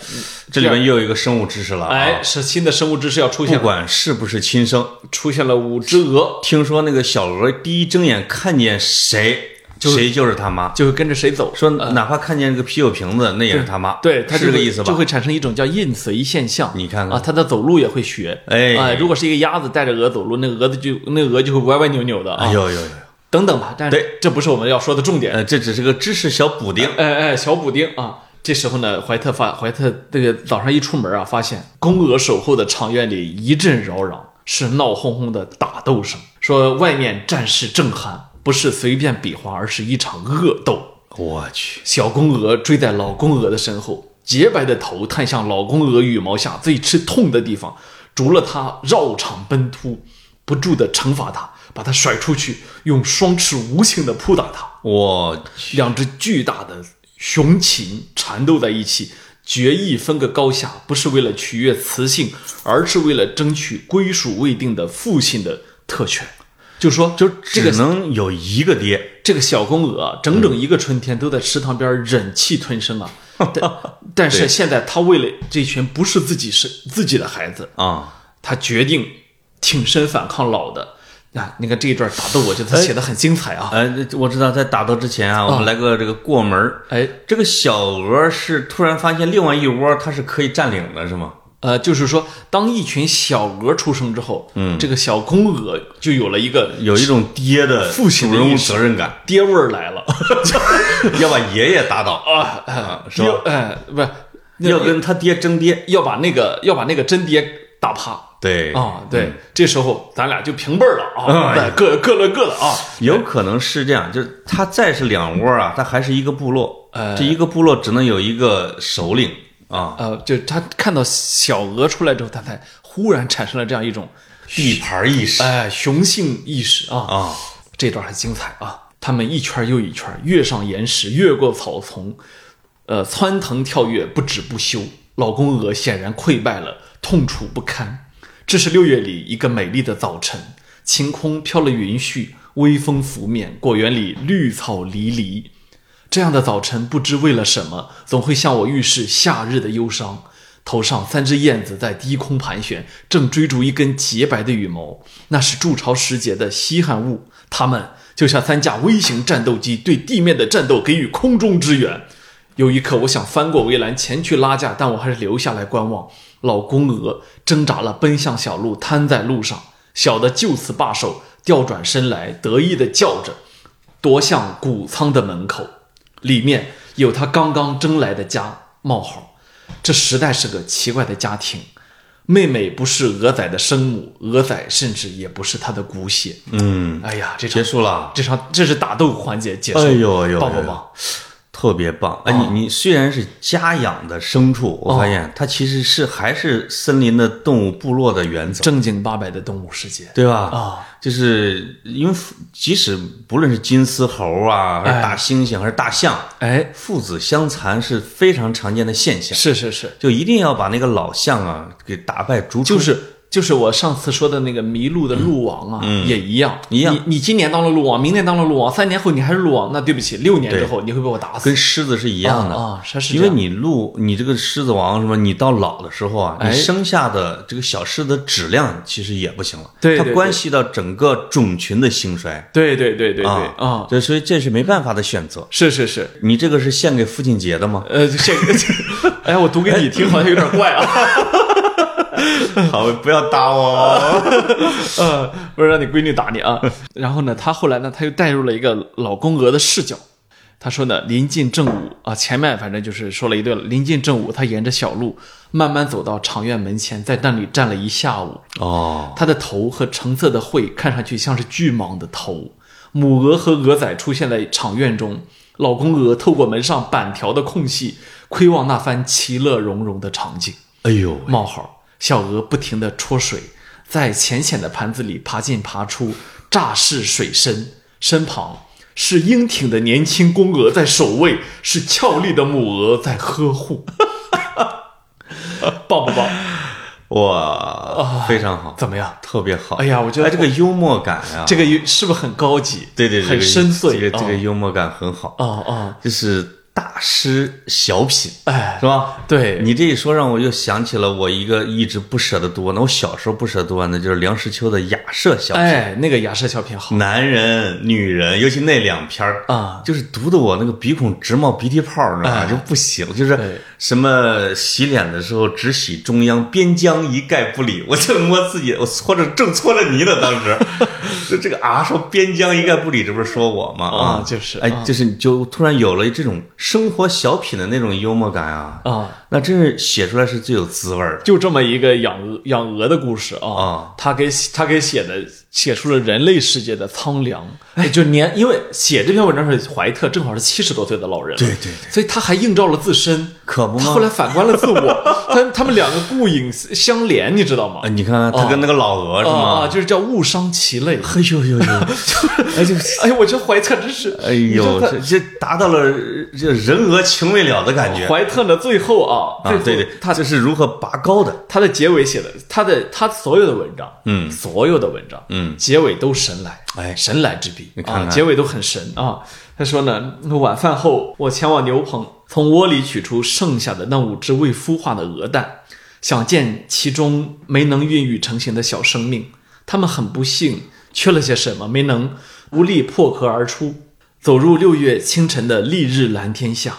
这里面又有一个生物知识了啊哎，，是新的生物知识要出不现了，管是不是亲生，出现了五只鹅，听说那个小鹅第一睁眼看见谁，谁就是他妈。就会跟着谁走。说哪怕看见这个啤酒瓶子，那也是他妈，呃对，它啊是这个会意思就吧？会产生一种叫印随现象。你看看啊，它的走路也会学。啊哎如果是一个鸭子带着鹅走路，那个鹅子就那个鹅就会歪歪扭扭的啊。哎呦呦呦，等等吧，但对是这不是我们要说的重点。呃，这只是个知识小补丁，哎哎，小补丁啊。这时候呢，怀特发怀特这个早上一出门啊，发现公鹅守候的场院里一阵扰攘，是闹哄哄的打斗声，说外面战事正酣，不是随便比划，而是一场恶斗。我去，小公鹅追在老公鹅的身后，洁白的头探向老公鹅羽毛下最吃痛的地方，逐了它绕场奔突，不住地惩罚它，把它甩出去，用双翅无情地扑打它。我去，两只巨大的雄禽缠斗在一起，决意分个高下，不是为了取悦雌性，而是为了争取归属未定的父性的特权。就说，就这只个能有一个爹，这个小公鹅啊整整一个春天都在池塘边忍气吞声啊，嗯但但是现在它为了这群不是自己是自己的孩子，啊，它决定挺身反抗老的。啊，你看这一段打斗，我觉得它写的很精彩啊！呃，这我知道，在打斗之前啊，我们来个这个过门儿。哎，这个小鹅是突然发现另外一窝它是可以占领的，是吗？呃，就是说，当一群小鹅出生之后，嗯，这个小公鹅就有了一个有一种爹的父亲主的人意翁识责任感，爹味儿来了要把爷爷打倒，啊，啊哎是吧要哎，不是， <laughs> 要跟他爹争爹。要把那个要把那个真爹打趴，哦对嗯啊，对，这时候咱俩就平辈儿了哎啊，呀对各各论各的啊。有可能是这样，就是他再是两窝啊，他还是一个部落，哎这一个部落只能有一个首领啊。呃，就他看到小鹅出来之后，他才忽然产生了这样一种地盘意识哎雄性意识啊啊，这段很精彩啊！他们一圈又一圈，跃上岩石，越过草丛，呃，窜腾跳跃，不止不休。老公鹅显然溃败了，痛楚不堪。这是六月里一个美丽的早晨，晴空飘了云絮，微风拂面，果园里绿草离离。这样的早晨，不知为了什么，总会向我预示夏日的忧伤。头上三只燕子在低空盘旋，正追逐一根洁白的羽毛，那是筑巢时节的稀罕物。它们就像三架微型战斗机，对地面的战斗给予空中支援。有一刻，我想翻过围栏前去拉架，但我还是留下来观望。老公鹅挣扎了，奔向小路，瘫在路上。小的就此罢手，调转身来，得意地叫着，夺向谷仓的门口，里面有他刚刚争来的家。冒号。这实在是个奇怪的家庭。妹妹不是鹅仔的生母，鹅仔甚至也不是他的骨血。嗯，哎呀，这场结束了，这场这是打斗环节结束，哎呦哎呦棒不哎呦棒？特别棒。哦哎，你你虽然是家养的牲畜，我发现它其实是还是森林的动物部落的原则，正经八百的动物世界，对吧？啊，就是因为即使不论是金丝猴啊，还哎是大猩猩，还是大象，哎，父子相残是非常常见的现象。是是是，就一定要把那个老象啊给打败逐出，就是就是我上次说的那个迷路的鹿王啊，也一样嗯一样你你今年当了鹿王，明年当了鹿王，三年后你还是鹿王，那对不起，六年之后你会被我打死。跟狮子是一样的啊啊是是因这为样你鹿，你这个狮子王什么，你到老的时候啊，哎你生下的这个小狮子质量其实也不行了，对对它关系到整个种群的兴衰对对对对对啊啊，这所以这是没办法的选择。是是是，？你这个是献给父亲节的吗 <laughs> 呃，这个， <laughs> 哎，我读给你听好像有点怪啊。好，不要打我哦。呃，不是让你闺女打你啊。 <laughs> 然后呢，他后来呢，他又带入了一个老公鹅的视角。他说呢，临近正午啊，前面反正就是说了一段了。临近正午，他沿着小路慢慢走到场院门前，在那里站了一下午。哦， <laughs> 它的头和橙色的喙看上去像是巨蟒的头。母鹅和鹅仔出现在场院中，老公鹅透过门上板条的空隙窥望那番其乐融融的场景。哎呦，冒号，小鹅不停地戳水，在浅浅的盘子里爬进爬出，乍是水深。身旁是英挺的年轻公鹅在守卫，是俏丽的母鹅在呵护。 <laughs> 棒不棒？哇，非常好，怎么样？特别好。啊哎呀我觉得哎这个幽默感啊，这个是不是很高级？对对对，很这个深邃。这个这哦个幽默感很好，哦哦，就是大师小品。哎是，吧？对你这一说，让我又想起了我一个一直不舍得读完的。我小时候不舍得读完的就是梁实秋的《雅舍小品哎，那个雅舍小品》，好男人、女人，尤其那两篇儿，啊，就是读的我那个鼻孔直冒鼻涕泡儿，你知道哎吗？就不行，就对是什么洗脸的时候只洗中央，边疆一概不理。我正摸自己，我搓着正搓着泥呢，当 <laughs> 时就这个啊，说边疆一概不理，这不是说我吗？啊就是哎啊，就是你就突然有了这种生活小品的那种幽默感啊啊。那真是写出来是最有滋味儿的。就这么一个养鹅养鹅的故事啊啊，他给他给写的写出了人类世界的苍凉，哎就年因为写这篇文章是怀特正好是七十多岁的老人，对对对，所以他还映照了自身，可不他吗后来反观了自 <laughs> 我，他他们两个顾影相怜，你知道吗啊，？你看哦他跟那个老鹅是啊，吗？就是叫误伤其类。嘿呦呦呦，哎就 <laughs> 哎呦，我觉得怀特真是，哎你知道呦，他这这达到了这人鹅情未了的感觉怀特呢最后啊，啊最！后对对，他这是如何拔高的？他的结尾写的，他的他所有的文章，嗯所有的文章，嗯结尾都神来，哎神来之笔看啊，看结尾都很神啊。他说呢，晚饭后，我前往牛棚，从窝里取出剩下的那五只未孵化的鹅蛋，想见其中没能孕育成型的小生命，他们很不幸缺了些什么，没能无力破壳而出，走入六月清晨的丽日蓝天下。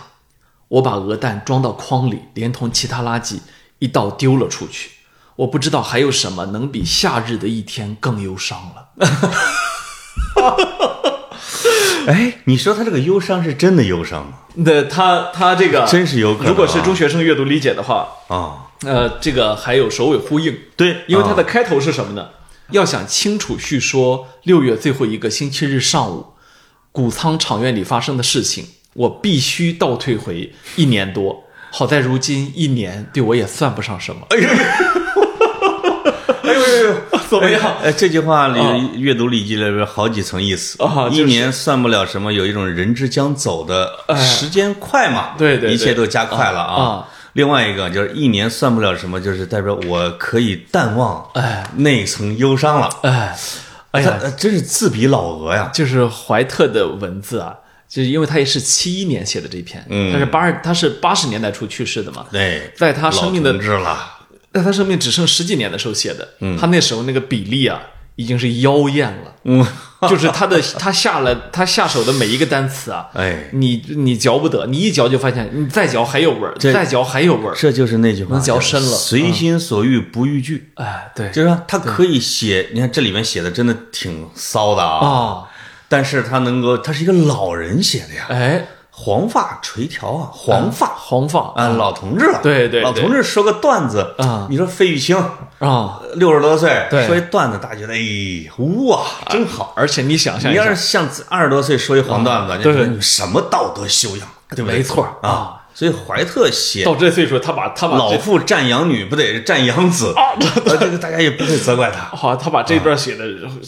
我把鹅蛋装到筐里，连同其他垃圾一道丢了出去。我不知道还有什么能比夏日的一天更忧伤了。哎，你说他这个忧伤是真的忧伤吗？那他他这个真是有可能啊如果是中学生阅读理解的话，啊，呃，这个还有首尾呼应，对，因为它啊的开头是什么呢？要想清楚叙说六月最后一个星期日上午，谷仓场院里发生的事情，我必须倒退回一年多。好在如今一年对我也算不上什么。哎呦呦呦，怎么样？哎，这句话里阅读笔记里边好几层意思啊就是哎一年算不了什么，有一种人之将走的，时间快嘛，对对对一切都加快了啊啊。另外一个就是一年算不了什么，就是代表我可以淡忘哎那层忧伤了。哎，哎呀，他，呃真是自比老鹅呀！就是怀特的文字啊，就是因为他也是七一年写的这篇，嗯他是八二，他是八十年代初去世的嘛，对，在他生命的老同志了，在他生命只剩十几年的时候写的，他那时候那个比例啊，已经是妖艳了，嗯， <laughs> 就是他的他下了他下手的每一个单词啊，哎，你你嚼不得，你一嚼就发现，你再嚼还有味儿，这再嚼还有味儿，这就是那句话，能嚼深了叫随心所欲不逾矩。哎，对，就是说他可以写，你看这里面写的真的挺骚的啊，啊，但是他能够，他是一个老人写的呀，哎，黄发垂条啊，黄发黄发啊，老同志了，对对老同志说个段子啊你说费玉清啊，六十多岁对说一段子，大家觉得哎哇，真好。而且你想象你一要下啊是，像二十多岁说一黄段子，你对说你什么道德修养，对不对？没错啊啊，所以怀特写到这岁数，他把他把老啊这父占养女，不得占养子 <laughs> 啊？这个大家也不会责怪他。好，他把这段写的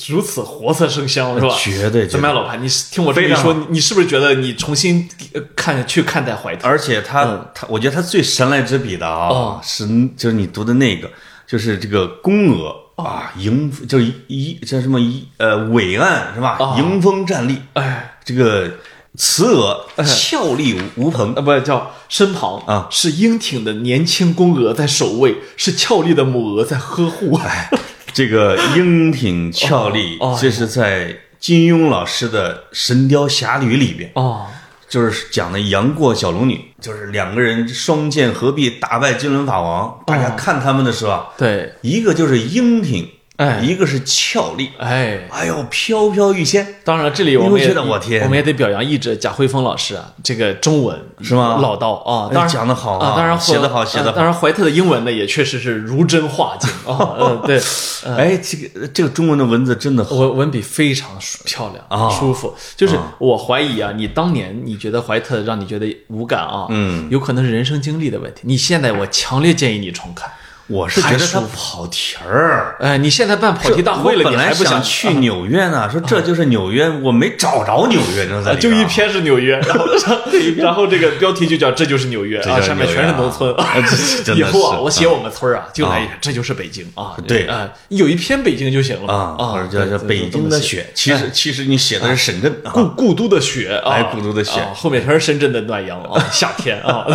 如此活色生香，是吧？啊绝对怎么样，老潘？你听我这么一非常说，你你是不是觉得你重新呃看去看待怀特？而且他、他，我觉得他最神来之笔的啊，嗯哦是就是你读的那个，就是这个宫娥、哦啊，迎就是一叫什么一呃伟岸是吧？迎风站立，哦哎，这个雌娥俏丽无朋呃，，不叫身旁啊是英挺的年轻公鹅在守卫，是俏丽的母鹅在呵护。哎这个英挺俏丽，哦哦这是在金庸老师的《神雕侠侣》里边。哦，就是讲的杨过小龙女，就是两个人双剑合璧打败金轮法哦王。大家看他们的时候啊，对，一个就是英挺，哎一个是俏丽，哎，哎呦，飘飘欲仙。当然这里我们也你会觉得我天们也得表扬译者贾慧峰老师啊，这个中文是吗老道啊，当然哎讲得好啊啊，当然写得好呃写得好当然怀特的英文呢也确实是如真画境 <laughs> 啊，呃对，呃哎，这个这个中文的文字真的好，文文笔非常舒漂亮啊舒服。就是我怀疑啊，你当年你觉得怀特让你觉得无感啊，嗯，有可能是人生经历的问题。你现在我强烈建议你重看。我是觉太得舒它服跑题儿。哎，你现在办跑题大会我了，本你来还不啊想去去？纽约呢，说这就是纽约，我没找着纽约，你知道在啊里就边一啊篇是 <laughs> 纽约，然后 <laughs> 然后这个标题就叫“这就是纽约”这啊，就是下面纽约全是啊农村啊 <laughs> 这真以的后啊，是我写我们村儿啊，就来一啊篇“这就是北京”啊。对啊，有一篇北京就行了啊，或者叫对叫对北这么京的写哎雪，其实其实你写的是深圳啊。故故都的雪啊，哎故都的雪啊后面全是深圳的暖阳 <laughs> 啊，夏天啊，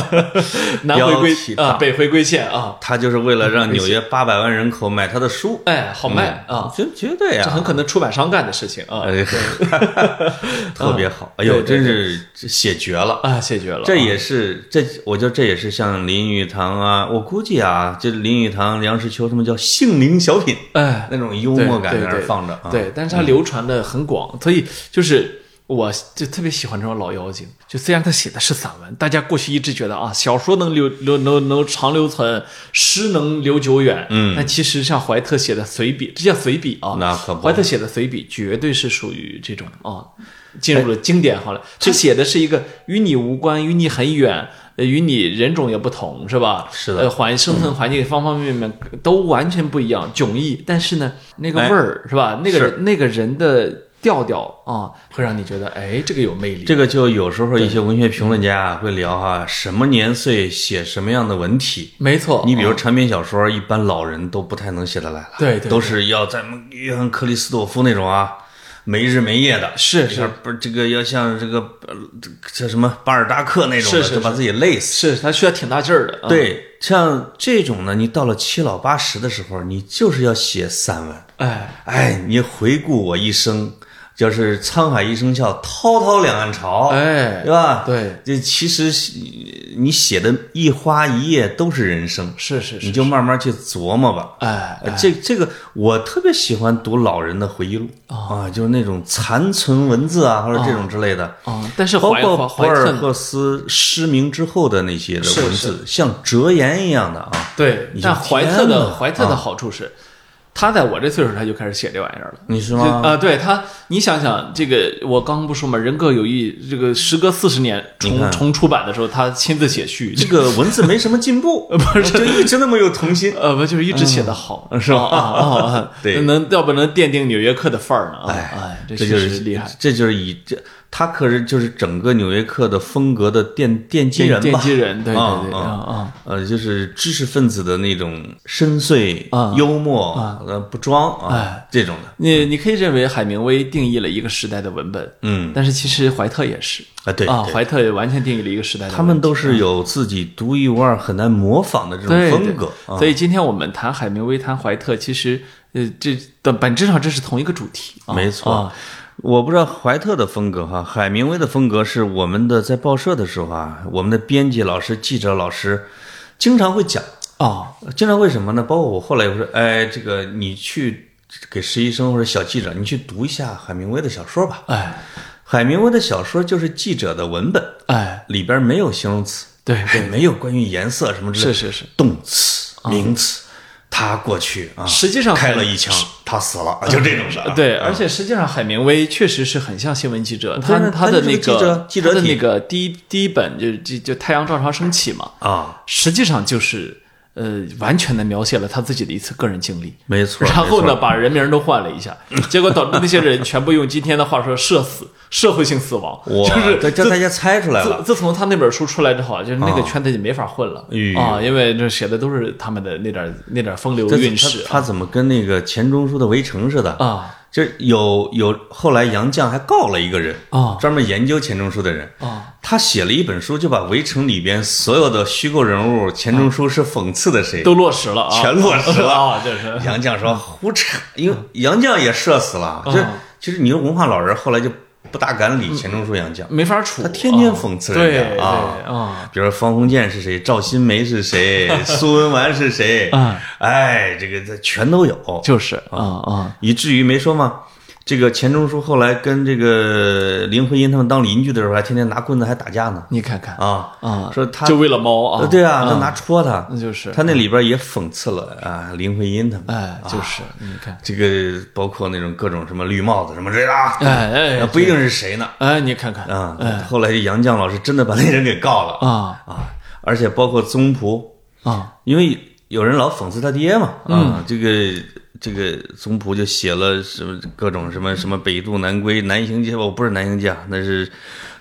南回标归题党啊，北回归线啊，他就是为了 <laughs> 让纽约八百万人口买他的书，哎，好卖啊，绝绝对这啊，很可能出版商干的事情啊，嗯哎 <laughs> 特别好，哎呦，对对真是写绝了。啊，谢绝了啊，这也是这，我觉得这也是像林语堂啊，我估计啊，这林语堂、梁实秋他们叫杏林小品哎，那种幽对默感对在那儿对放着啊。对，但是它流传的很广，所以就是我就特别喜欢这种老妖精。就虽然他写的是散文，大家过去一直觉得啊，小说能留留能能长留存，诗能留久远。嗯，但其实像怀特写的随笔，这叫随笔啊。那可不怀特写的随笔绝对是属于这种啊，进入了经典哎行列。他写的是一个与你无关，与你很远。呃与你人种也不同，是吧？是的呃，环生存环境方方面面都完全不一样，迥异。但是呢，那个哎味儿、是吧？那个是人那个人的调调啊，会让你觉得哎，这个有魅力。这个就有时候一些文学评论家啊会聊哈、什么年岁写什么样的文体。没错，你比如啊长篇小说，一般老人都不太能写得来了，对对对都是要咱们约翰克里斯朵夫那种啊，没日没夜的，是要是不是这个要像这个呃叫什么巴尔扎克那种的，是是就把自己累死。是，他需要挺大劲儿的。啊，对，像这种呢，你到了七老八十的时候，你就是要写散文。哎，哎，你回顾我一生，就是沧海一声笑，滔滔两岸潮，哎对吧？对，这其实是你写的一花一叶都是人生，是是你是，就慢慢去琢磨吧。哎，呃这这个我特别喜欢读老人的回忆录哦啊，就是那种残存文字啊，或者这种之类的。啊、但是包怀括怀博怀尔特，赫斯失明之后的那些的是文字，像折言一样的啊。对，你就但怀特天的哪怀特的啊好处是，他在我这岁数他就开始写这玩意儿了。你是就吗？啊、对他，你想想这个，我刚不说嘛，人各有异。这个时隔四十年你重看嗯重出版的时候，他亲自写序，这个文字没什么进步，不是就一直那么有童 <laughs> 心。 <laughs> 呃，不就是一直写的好，是吧啊啊啊！啊嗯 <laughs> 对 <laughs> 能要不能奠定纽约客的范儿呢？啊，哎，这这确就实是厉害，，这就是以这他可是就是整个纽约客的风格的奠奠基人奠吧基，人，对啊对对啊啊呃，就是知识分子的那种深邃啊、幽默、呃不装啊哎这种的，你你可以认为海明威定义了一个时代的文本，嗯但是其实怀特也是啊对啊，对怀特也完全定义了一个时代的文本。他们都是有自己独一无二、很难模仿的这种对风格对啊所以今天我们谈海明威、谈怀特，其实呃，这本本质上这是同一个主题。啊没错啊我不知道怀特的风格哈，海明威的风格是我们的在报社的时候啊，我们的编辑老师、记者老师经常会讲，哦，经常为什么呢？包括我后来也会说，哎，这个你去给实习生或者小记者，你去读一下海明威的小说吧。哎海明威的小说就是记者的文本，哎，里边没有形容词，对也没有关于颜色什么之类是的，是是，动词、名词。他过去啊，实际上开了一枪，他死了，啊就这种事儿啊。对，而且实际上海明威确实是很像新闻记者，他他他他的就是那记者个记者他的体那个第一第一本就就就太阳照常升起嘛，啊，实际上就是呃完全的描写了他自己的一次个人经历。没错。然后没呢，错？把人名都换了一下，结果导致那些人全部用今天的话说“社死”，社会性死亡，我就是这叫大家猜出来自了。自从他那本书出来之后啊，就是那个圈子就没法混了呃哎呦啊，因为这写的都是他们的那点儿那点儿风流韵事他他怎么跟那个钱钟书的《围城》似的？啊就是有有后来杨绛还告了一个人啊专门研究钱钟书的人啊他写了一本书，就把《围城》里边所有的虚构人物钱钟书是讽刺的谁，都落实了啊，全落实了。 <laughs> 啊，就是杨绛说胡扯，因为杨绛也社死了。嗯就是其实你说文化老人后来就不大敢理钱钟书、杨绛，没法处，啊他天天讽刺人家啊嗯对对啊，比如说方鸿渐是谁，赵新梅是 <laughs> 谁，苏文纨是谁，嗯哎，这个这全都有，就是啊啊以至于没说嘛。这个钱钟书后来跟这个林徽因他们当邻居的时候，还天天拿棍子还打架呢你看看啊！啊，说他就为了猫啊，对啊，他拿戳他，那就是嗯他那里边也讽刺了啊林徽因他们，哎，啊就是你看，这个包括那种各种什么绿帽子什么之类的啊，哎哎不一定是谁呢哎，你看看啊。后来杨绛老师真的把那人给告了啊啊，而且包括宗璞，啊因为有人老讽刺他爹嘛，啊，嗯这个这个宗璞就写了什么各种什么什么北渡南归、南行街，哦，不是南行街啊，那是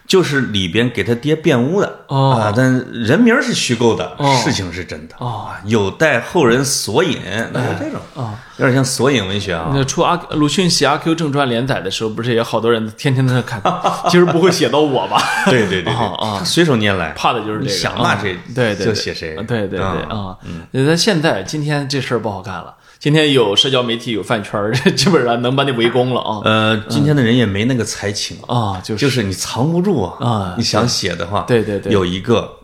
就是里边给他爹变污的、哦啊，但人名是虚构的，哦事情是真的哦啊，有待后人索引，那就这种啊。有点像索引文学啊。那出阿鲁迅写《阿 Q 正传》连载的时候，不是也有好多人天天在那看，其实不会写到我吧？对对对对，啊啊他随手拈来，怕的就是这你个，想骂啊谁对对就对写谁对对对啊啊。那咱现在今天这事儿不好干了，今天有社交媒体有饭圈儿， <laughs> 这基本上能把你围攻了啊呃，今天的人也没那个才情啊啊！就是就是你藏不住啊啊你想写的话，对对对有一个，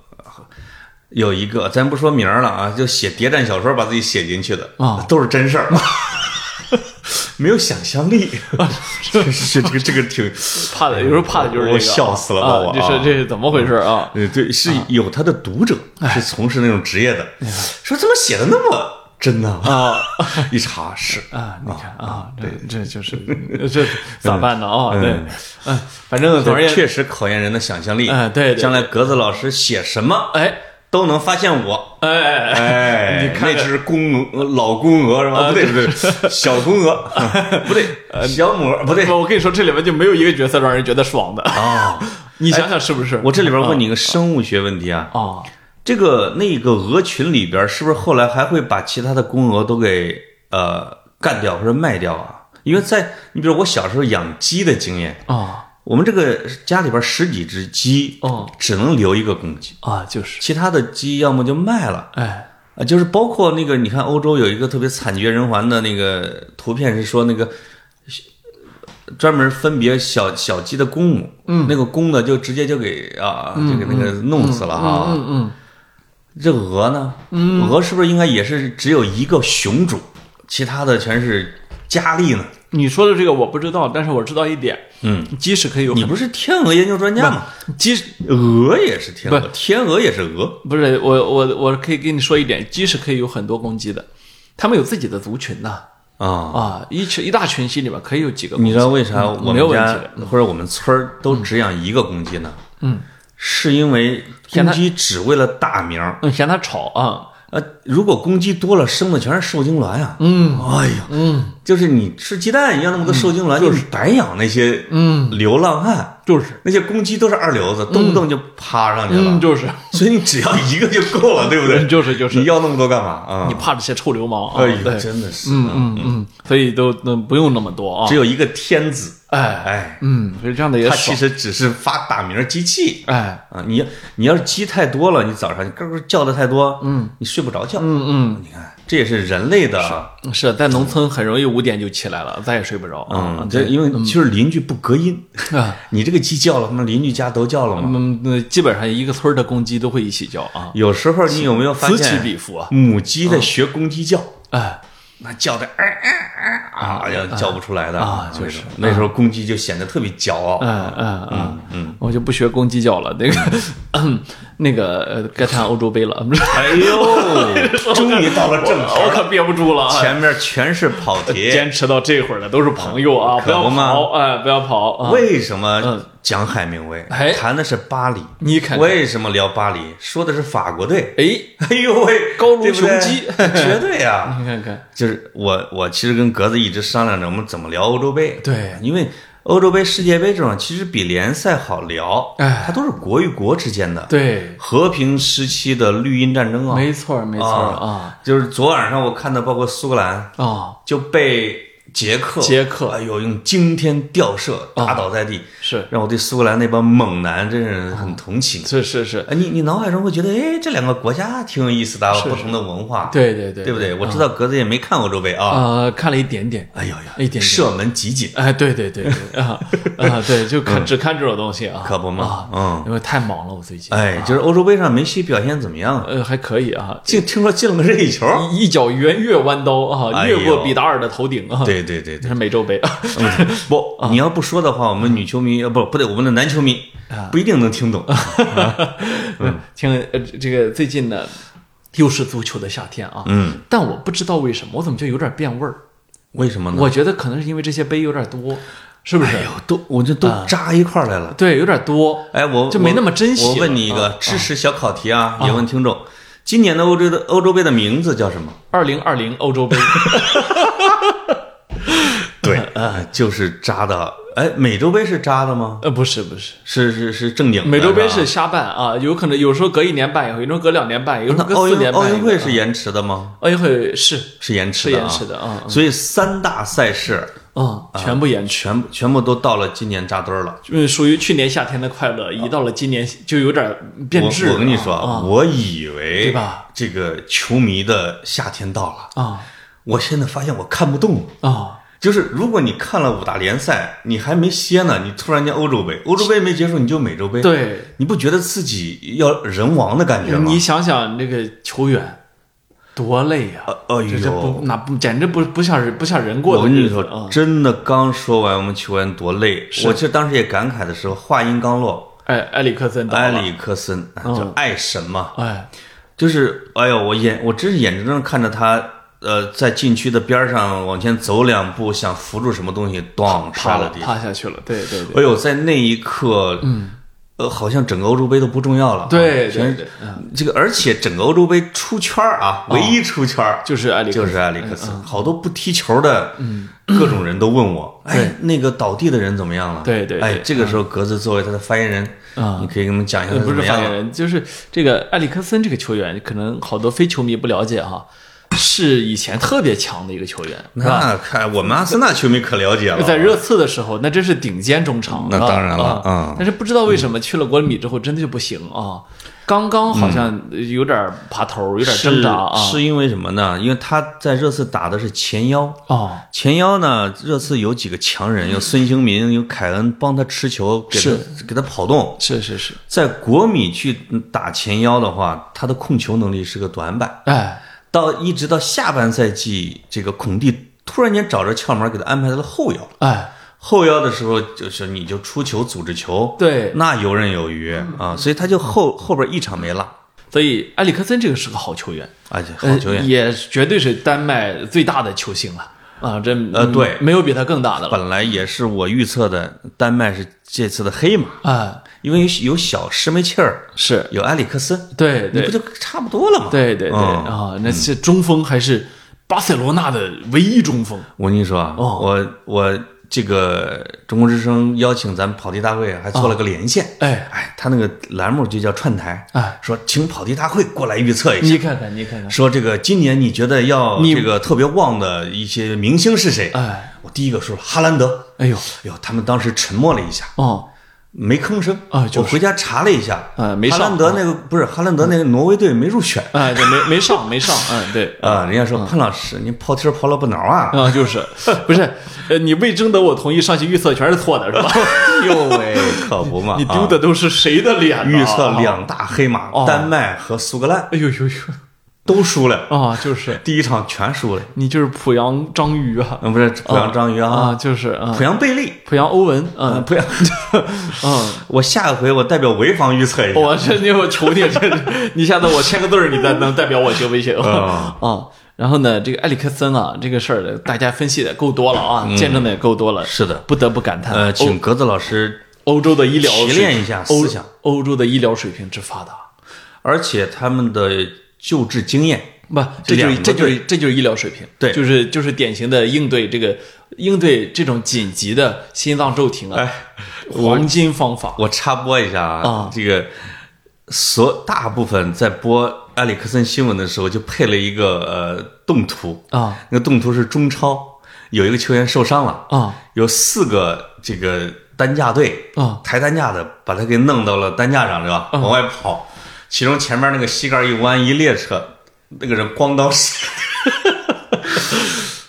有一个，咱不说名儿了啊，就写谍战小说把自己写进去的啊都是真事儿， <laughs> 没有想象力，啊 <laughs> 是是这个这个挺，怕的，有时候怕的就是这个。我笑死了把我啊这啊是这是怎么回事啊？哎呃，对，是有他的读者是从事那种职业的，说怎么写的那么真呢？啊， <laughs> 一查 <laughs> 是啊，你看啊，这这就是这咋办呢啊？对，嗯，反正总而言之，确实考验人的想象力，哎对对对将来格子老师写什么哎都能发现我，哎哎 <laughs> 哎，哎，你看看那只公鹅老公鹅是吧？不啊对不对， <laughs> 小公鹅不对，小母鹅不 <laughs> 对我跟你说，这里面就没有一个角色让人觉得爽的。啊。你想想是不是？我这里边问你一个生物学问题啊，啊，这个那个鹅群里边是不是后来还会把其他的公鹅都给呃干掉或者卖掉啊？因为在你比如我小时候养鸡的经验，啊我们这个家里边十几只鸡，哦只能留一个公鸡，啊，就是，其他的鸡要么就卖了。哎，啊，就是包括那个，你看欧洲有一个特别惨绝人寰的那个图片，是说那个专门分别小小鸡的公母，嗯，那个公的就直接就给啊，就给那个弄死了哈。嗯嗯，这鹅呢，嗯，鹅是不是应该也是只有一个雄主，其他的全是佳丽呢？你说的这个我不知道，但是我知道一点，嗯，鸡是可以有你很不是天鹅研究专家吗？鸡是。鹅也是天鹅不，天鹅也是鹅。不是我我我可以跟你说一点，鸡是可以有很多公鸡的，它们有自己的族群呐、啊。啊，一群一大群溪里边可以有几个公鸡，嗯你知道为啥我没们有问家题或者我们村儿都只养一个公鸡呢？嗯，是因为嫌公它鸡只为了大名儿，嗯，嫌它吵啊，呃，如果公鸡多了，生的全是受精卵啊。嗯哎呀，嗯就是你吃鸡蛋一样那么多受精卵，就是白养那些嗯，流浪汉，就是那些公鸡都是二流子，动不动就趴上去嗯了，就是嗯所以你只要一个就够了，对不对？就是就是你，要那么多干嘛啊？你怕这些臭流氓啊？哎呀，对，真的是，嗯嗯嗯，所以都那不用那么多啊只，有一个天子，哎，哎，嗯，所以这样的也他其，爽实只是发打鸣机器哎，啊。你你要是鸡太多了，你早上你咯咯叫的太多，嗯，你睡不着觉。嗯嗯。你看，这也是人类的啊，是在农村很容易五点就起来了，再也睡不着啊。嗯，这因为就是邻居不隔音， <laughs> 啊，你这个鸡叫了，那邻居家都叫了嘛。嗯，那基本上一个村儿的公鸡都会一起叫啊，有时候你有没有发此起现，彼伏啊。母鸡在学公鸡叫，哎，那叫的哎哎哎啊，要叫不出来的啊就是那时候公鸡就显得特别骄傲。嗯嗯嗯嗯，我就不学公鸡叫了。那个 <coughs> 那个呃该看欧洲杯了，哎 <laughs> 呦，终于到了 <laughs> 正我题，可憋不住了啊。前面全是跑题。坚持到这会儿的都是朋友啊，不可要不嘛跑，哎，不要跑啊！为什么讲海明威哎谈的是巴黎？你看看为什么聊巴黎？说的是法国队。 <laughs> 哎，哎呦喂，高卢对不对雄鸡 <laughs> 绝对啊！你看看，就是我，我其实跟格子一直商量着，我们怎么聊欧洲杯。对因为欧洲杯、世界杯这种其实比联赛好聊，哎它都是国与国之间的对，和平时期的绿茵战争啊。没错儿没错儿啊就是昨晚上我看到，包括苏格兰啊，就被捷克，捷克啊哎呦，用惊天吊射打倒在地，是让我对苏格兰那帮猛男真是很嗯同情。是是是，哎，你你脑海中会觉得，哎，这两个国家挺有意思的啊，不同的文化，对对对，嗯对不对？我知道格子也没看欧洲杯啊，呃，看了一点点，哎呦呀，一点点射门集锦，哎，对对对对啊啊，对，就看只看这种东西啊，嗯可不嘛啊，嗯因为太忙了，我最近，哎，就是欧洲杯上梅西表现怎么样？呃，还可以啊，竟听说进了个任意球，一一脚圆月弯刀啊，哎越呦过比达尔的头顶啊，，对对对 <laughs> 这对，是美 <laughs> 洲杯，嗯不，啊你要不说的话，我们女球迷呃不不对，我们的男球迷啊不一定能听懂。嗯 <laughs> 听呃这个最近呢，又是足球的夏天啊，嗯，但我不知道为什么，我怎么就有点变味儿？为什么呢？我觉得可能是因为这些杯有点多，是不嗯是哎？呦，都我这啊都扎一块儿来了。对，有点多，哎，我就没那么珍惜啊我问你一个知识小考题啊，也问听众，今年的欧洲的欧洲杯的名字叫什么？二零二零 <laughs> 欧洲杯，对，啊，就是扎的。哎，美洲杯是扎的吗？呃，不是不是。是是是正经的。美洲杯吧是瞎办啊，有可能有时候隔一年办一回，有时候隔两年办一回，有时那候隔奥四运年奥办一运回会是延迟的吗？奥运会是是延迟是的啊，延迟的啊，所以三大赛事嗯，啊全部延迟，全部全部都到了今年扎堆儿了。嗯，属于去年夏天的快乐，移到了今年就有点变我质了啊。我跟你说啊，我以为对吧？这个球迷的夏天到了，啊我现在发现我看不动了。啊，就是如果你看了五大联赛，你还没歇呢，你突然间欧洲杯，欧洲杯没结束你就美洲杯，，对，你不觉得自己要人亡的感觉吗你？想想那个球员多累呀，哎这这呦不，那不简直不不像人不像人过我的跟日你子说，啊！真的刚说完我们球员多累，我这当时也感慨的时候，话音刚落，哎，埃里克森到埃了，里克森就爱神嘛，哎，就是哎呦，我眼我真是眼睁睁看着他。呃，在禁区的边儿上往前走两步，想扶住什么东西，咣趴摔了了地。趴下去了，对对对哎呦，在那一刻，嗯，呃，好像整个欧洲杯都不重要了。啊对全对对，嗯哦这个，而且整个欧洲杯出圈儿啊，唯一出圈儿就是埃里克嗯就森，是埃里克森，好多不踢球的各种人都问我，哎，那个倒地的人怎么样了？对对对哎，这个时候格子作为他的发言人，嗯你可以给我们讲一下呃他不怎是么发样言了。人，就是这个埃里克森这个球员，可能好多非球迷不了解哈，是以前特别强的一个球员，是吧？那看我们阿森纳球迷可了解了，在热刺的时候，那真是顶尖中场。那啊当然了啊嗯但是不知道为什么去了国米之后，真的就不行啊！刚刚好像有点爬头，有点挣扎啊！是是因为什么呢？因为他在热刺打的是前腰，哦，前腰呢，热刺有几个强人，有孙兴民，有凯恩帮他持球，给他给他跑动。是是是，在国米去打前腰的话，他的控球能力是个短板。哎，到一直到下半赛季，这个孔蒂突然间找着窍门，给他安排到了后腰。哎，后腰的时候，就是你就出球组织球，对，那游刃有余啊，所以他就后后边一场没落，哎所以埃里克森这个是个好球员，而且好球员。呃也绝对是丹麦最大的球星了。啊，这呃对没有比它更大的了。哎本来也是我预测的，丹麦是这次的黑马，哎，因为有有小施梅切尔，是有埃里克森，对你对不就差不多了吗？对对对嗯啊，那这中锋还是巴塞罗那的唯一中锋。我跟你说啊，哦我我这个中国之声邀请咱们跑题大会啊还做了个连线，哎哎，他那个栏目就叫串台，哎，说请跑题大会过来预测一下，你看看，你看看，说这个今年你觉得要你这个特别旺的一些明星是谁？哎，我第一个说哈兰德，哎呦，哎呦，他们当时沉默了一下，哦，没吭声啊就是我回家查了一下，啊没哈上兰德那个不是哈兰德那个挪威队没入选 <laughs> 哎，对，没没上，没上，嗯，对。啊，人家说潘老师你跑题儿跑了不孬啊，啊，就是，不是，呃，你未征得我同意上去预测全是错的，是吧？ <laughs> 哟喂， <laughs> 可不嘛，哎你啊丢的都是谁的脸、啊？预测，两大黑马，哦丹麦和苏格兰哎呦呦呦，都输了，啊，就是第一场全输了。你就是濮阳章鱼啊，嗯，不是濮阳章鱼啊，啊，就是啊濮，阳贝利，濮阳欧文，嗯，嗯 <laughs> 濮阳。嗯，哦我下回我代表潍坊预测一下。我这你我求你，这你下次我签个字儿，你再能代表我行不行？ <laughs> 嗯啊，然后呢，这个埃里克森啊，这个事儿呢大家分析的够多了啊，见证的也够多了，嗯是的不得不感叹，呃，欧请格子老师，欧洲的医疗提水炼平一下欧思想，欧洲的医疗水平之发达，而且他们的救治经验，不，这就两是个这就是队这就是医疗水平，对就是就是典型的应对这个应对这种紧急的心脏骤停啊，黄金方法，我插播一下啊啊，这个所大部分在播埃里克森新闻的时候，就配了一个呃动图啊，那个动图是中超有一个球员受伤了啊，有四个这个担架队啊抬担架的把他给弄到了担架上是吧？往外跑，其中前面那个膝盖一弯一列车，那个人咣当， <laughs>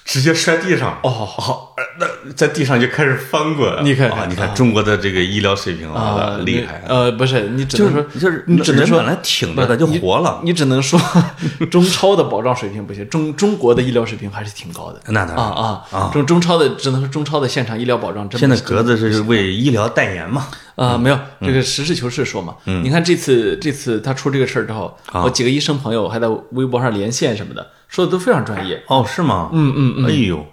直接摔地上。哦，好，呃那在地上就开始翻滚，你看看啊，你看中国的这个医疗水平啊，啊，厉害！呃，不是你只就能是说就是，你只能人说本来挺着的就不你活了，你只能说中超的保障水平不行，中中国的医疗水平还是挺高的。那当然啊啊，中中超的只能说中超的现场医疗保障真现的在是格子是为医疗代言嘛？啊、没有，这嗯个实事求是说嘛。你看这次这次他出这个事儿之后，啊我几个医生朋友还在微博上连线什么的，说的都非常专业。哦，是吗？嗯嗯嗯。哎呦，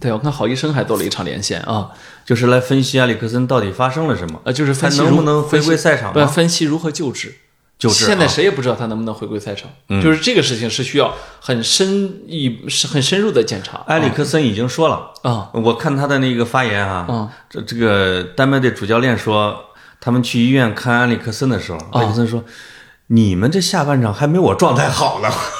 对，我看好医生还做了一场连线啊，就是来分析埃里克森到底发生了什么，呃，就是分析他能如不能回归赛场对，吗分析如何救治。救治现在啊嗯谁也不知道他能不能回归赛场，就是这个事情是需要很深一是很深入的检查。埃里克森已经说了，啊我看他的那个发言啊嗯，这这个丹麦队主教练说，他们去医院看埃里克森的时候，啊埃里克森说：“你们这下半场还没我状态好呢。” <laughs>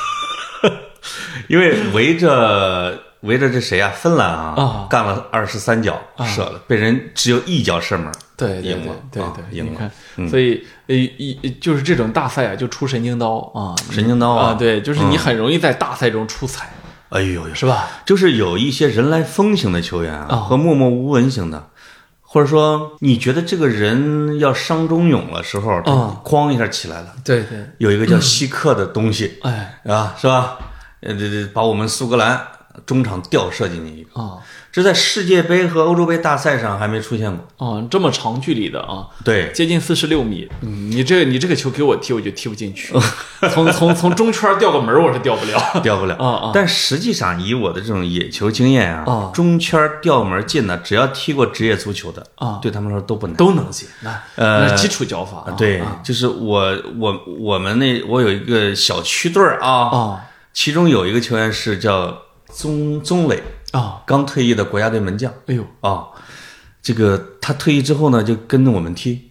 因为围着围着这谁啊，芬兰啊啊，干了二十三脚射了，被人只有一脚射门，对，对赢了，对啊对，对赢你了，看，所以呃，一一就是这种大赛啊，就出神经刀啊，神经刀啊，啊！对，就是你很容易在大赛中出彩，哎呦，是吧？就是有一些人来疯型的球员啊，啊和默默无闻型的，或者说你觉得这个人要伤中勇了时候，啊他哐一下起来了，对对，有一个叫希克的东西、哎啊，是吧？呃，这这把我们苏格兰中场吊射进去一个，啊这在世界杯和欧洲杯大赛上还没出现过。啊，这么长距离的啊，对，接近四十六米，嗯你这你这个球给我踢，我就踢不进去， <laughs> 从从从中圈掉个门儿我是掉不了。吊不了。啊啊但实际上，以我的这种野球经验啊，啊中圈吊门进的，只要踢过职业足球的，啊对他们来说都不难。都能进，那呃那是基础脚法啊，对啊，就是我我我们那我有一个小区队儿啊，啊其中有一个球员是叫宗宗磊，啊，刚退役的国家队门将哎呦啊。这个他退役之后呢，就跟着我们踢，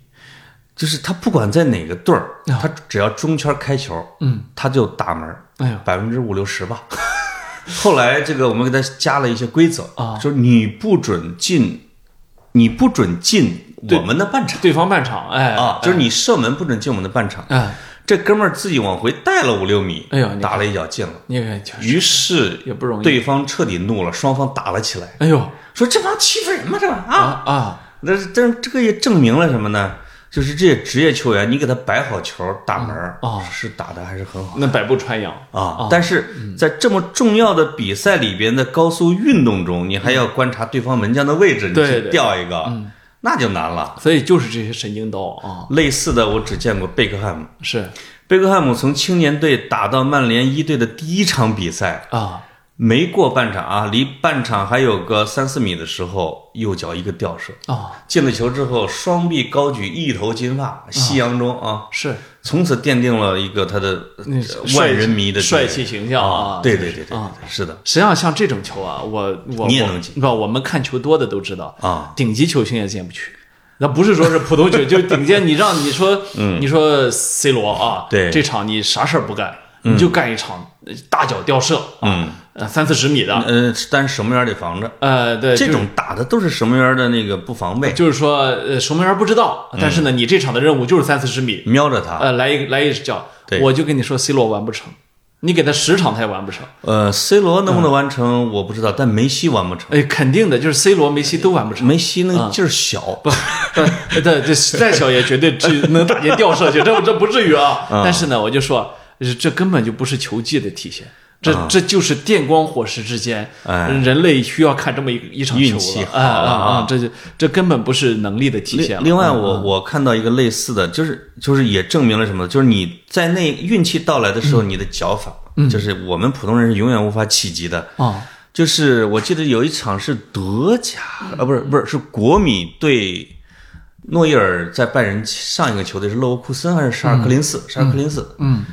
就是他不管在哪个队儿，哦他只要中圈开球，嗯，他就打门儿，哎呦百分之五六十吧。 <laughs> 后来这个我们给他加了一些规则啊就是你不准进，你不准进我们的半场。对方半场，哎啊，就是你射门不准进我们的半场。哎，这哥们儿自己往回带了五六米，哎呦你看打了一脚进了。你看就是，于是也不容易对方彻底怒了，双方打了起来，哎呦说这帮欺负人吗？这帮啊啊，啊，那这这个也证明了什么呢？就是这些职业球员，你给他摆好球打门儿啊是打的还是很好那百步穿杨啊。但嗯是在这么重要的比赛里边的高速运动中，你还要观察对方门将的位置，你嗯对去对吊一个，那就难了。所以就是这些神经刀啊，类似的，我只见过贝克汉姆。是贝克汉姆从青年队打到曼联一队的第一场比赛，啊，没过半场啊，离半场还有个三四米的时候，右脚一个吊射，哦，进了球之后，双臂高举，一头金发，夕阳中啊，是从此奠定了一个他的那呃万人迷的地位帅气形象啊，对对对对啊。，是的实际上，像这种球啊，我我你也我能进不，我们看球多的都知道，啊，顶级球星也进不去。那不是说是普通球， <laughs> 就是顶尖。你让你说，你说 C 罗嗯啊，对这场你啥事儿不干，你就干一场呃大脚吊射，嗯呃，三四十米的，呃，但是守门员得防着，呃，对，这就种打的都是守门员的那个不防备，就是说，呃，守门员不知道，嗯但是呢，你这场的任务就是三四十米，瞄着他。呃，来一来一脚啊对，我就跟你说，C 罗完不成，你给他十场他也完不成，呃，C 罗能不嗯能完成我不知道，但梅西完不成，哎，肯定的，就是 C 罗、梅西都完不成。梅西那个啊劲儿小，不， <laughs> 对对，这再小也绝对只能打进吊射去，这这不至于啊。但是呢，我就说，这这根本就不是球技的体现，这这就是电光火石之间，啊哎人类需要看这么一个一场运球气了，好啊啊啊啊！这就这根本不是能力的体另现了。另外嗯我，我看到一个类似的，就是就是也证明了什么？就是你在那运气到来的时候，你的脚法，嗯就是我们普通人是永远无法企及的。啊，就是我记得有一场是德甲嗯啊，不是不是是国米对诺伊尔在拜仁上一个球队是勒沃库森还是沙尔克林斯？沙尔克林斯，嗯，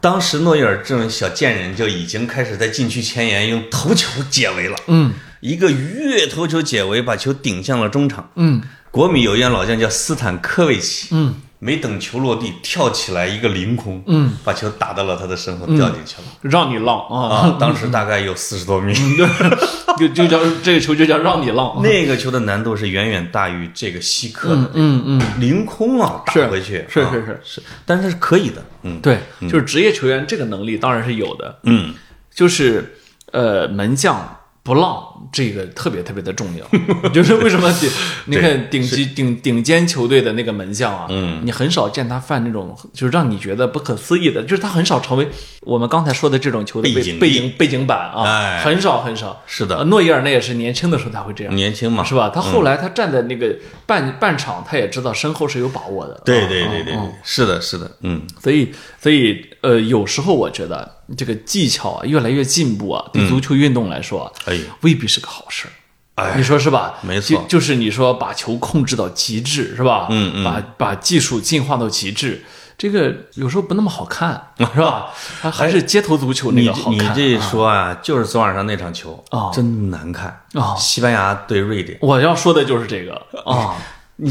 当时诺伊尔这种小贱人就已经开始在禁区前沿用头球解围了，嗯一个越头球解围把球顶向了中场。嗯国米有一员老将叫斯坦科维奇，嗯，没等球落地，跳起来一个凌空，嗯，把球打到了他的身后，掉进去了。让你浪啊，啊，当时大概有四十多米。嗯 <laughs> 就就叫这个球就叫让你浪。那个球的难度是远远大于这个西科的，嗯嗯，凌空啊打是回去，是啊是是是，但是它是可以的，嗯对，就是职业球员这个能力当然是有的，嗯，就是呃门将不浪这个特别特别的重 <laughs> 要，就是为什么顶你看顶级顶顶尖球队的那个门将啊，嗯，你很少见他犯那种就是让你觉得不可思议的，就是他很少成为我们刚才说的这种球队背背景背景背景板啊，哎很少很少。是的嗯呃诺伊尔那也是年轻的时候他会这样。年轻嘛，是吧？他后来他站在那个半、半场，他也知道身后是有把握的。对啊对啊对对啊对，是的，是的，嗯所以，所以，呃，有时候我觉得这个技巧啊，越来越进步啊，嗯对足球运动来说啊，哎呦未必是个好事儿。哎你说是吧？没错就就是你说把球控制到极致是吧？嗯嗯，把把技术进化到极致，这个有时候不那么好看，是吧？还还是街头足球那哎你个这好你看。这一说啊，就是昨晚上那场球哦真难看哦西班牙对瑞典，我要说的就是这个啊，你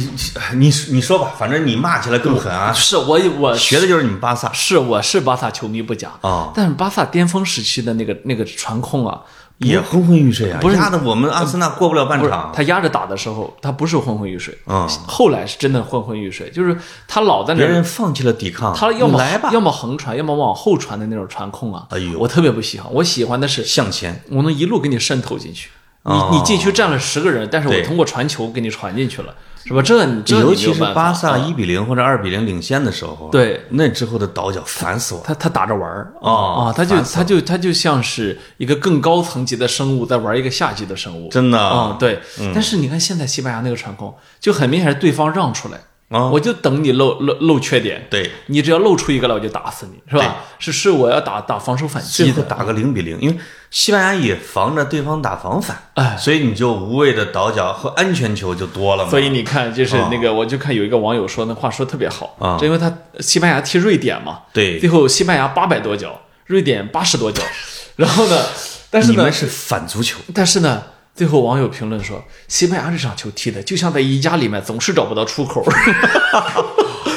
你你说吧，反正你骂起来更狠啊，是我我学的就是你们巴萨是我是巴萨球迷不假哦但是巴萨巅峰时期的那个那个传控啊，也昏昏欲睡啊，不是压的我们阿森纳过不了半不是场，他压着打的时候，他不是昏昏欲睡，嗯后来是真的昏昏欲睡，就是他老在那别儿人放弃了抵抗，他要么来吧，要么横传，要么往后传的那种传控啊，哎呦我特别不喜欢，我喜欢的是向前，我能一路给你渗透进去。你哦你禁区站了十个人，但是我对通过传球给你传进去了，是吧？这你这你没有尤其是办法啊巴萨一比零或者二比零领先的时候，对，那之后的倒脚烦死我了。他他打着玩儿哦啊，他就他就他就像是一个更高层级的生物在玩一个下级的生物，真的嗯啊、对。但是你看现在西班牙那个传控，就很明显是对方让出来，啊我就等你露露露缺点，对，你只要露出一个来，我就打死你，是吧？是是，我要打打防守反击最后的，打个零比零，因为西班牙也防着对方打防反，哎所以你就无谓的倒脚和安全球就多了嘛。所以你看，就是那个，我就看有一个网友说那话说得特别好啊这因为他西班牙踢瑞典嘛，对最后西班牙八百多脚，瑞典八十 <laughs> 多脚，然后呢，但是你呢们，是反足球，但是呢，最后网友评论说，西班牙这场球踢的就像在宜家里面总是找不到出口，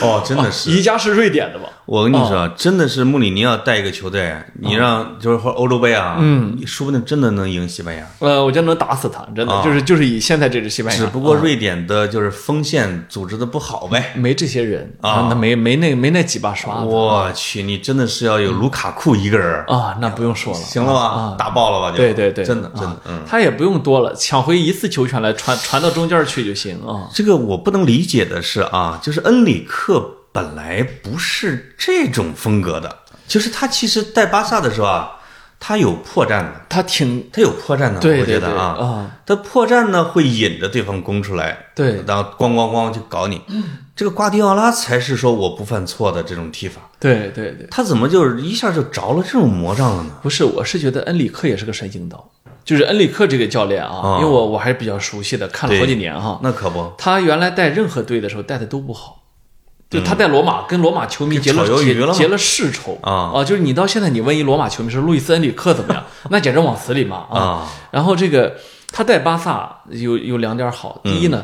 哦，真的是。 <laughs> 宜家是瑞典的吧？我跟你说，哦真的是穆里尼奥带一个球队，你让就是或者欧洲杯啊，嗯，说不定真的能赢西班牙。呃，我觉得能打死他，真的、啊就是就是以现在这支西班牙，只不过瑞典的就是锋线组织的不好呗。没这些人啊那没没那没那几把刷子我去，你真的是要有卢卡库一个人，嗯啊，那不用说了。行了吧？打爆了吧？就对对对，真的真啊的，嗯，他也不用多了，抢回一次球权来传传到中间去就行啊。这个我不能理解的是啊，就是恩里克本来不是这种风格的，就是他其实带巴萨的时候啊，他有破绽的，他挺他有破绽的，嗯对我觉对得对啊，啊，他破绽呢会引着对方攻出来，对然后咣咣咣就搞你，这个瓜迪奥拉才是说我不犯错的这种踢法，对对对，他怎么就是一下就着了这种魔障了呢？不是，我是觉得恩里克也是个神经刀，就是恩里克这个教练啊，因为我我还是比较熟悉的，看了好几年哈。那可不，他原来带任何队的时候带的都不好，嗯就他带罗马跟罗马球迷结了炒鱿鱼结了吗结了世仇啊就是你到现在你问一罗马球迷说路易斯恩里 <laughs> 克怎么样，那简直往死里骂啊然后这个他在巴萨有有两点好，嗯第一呢，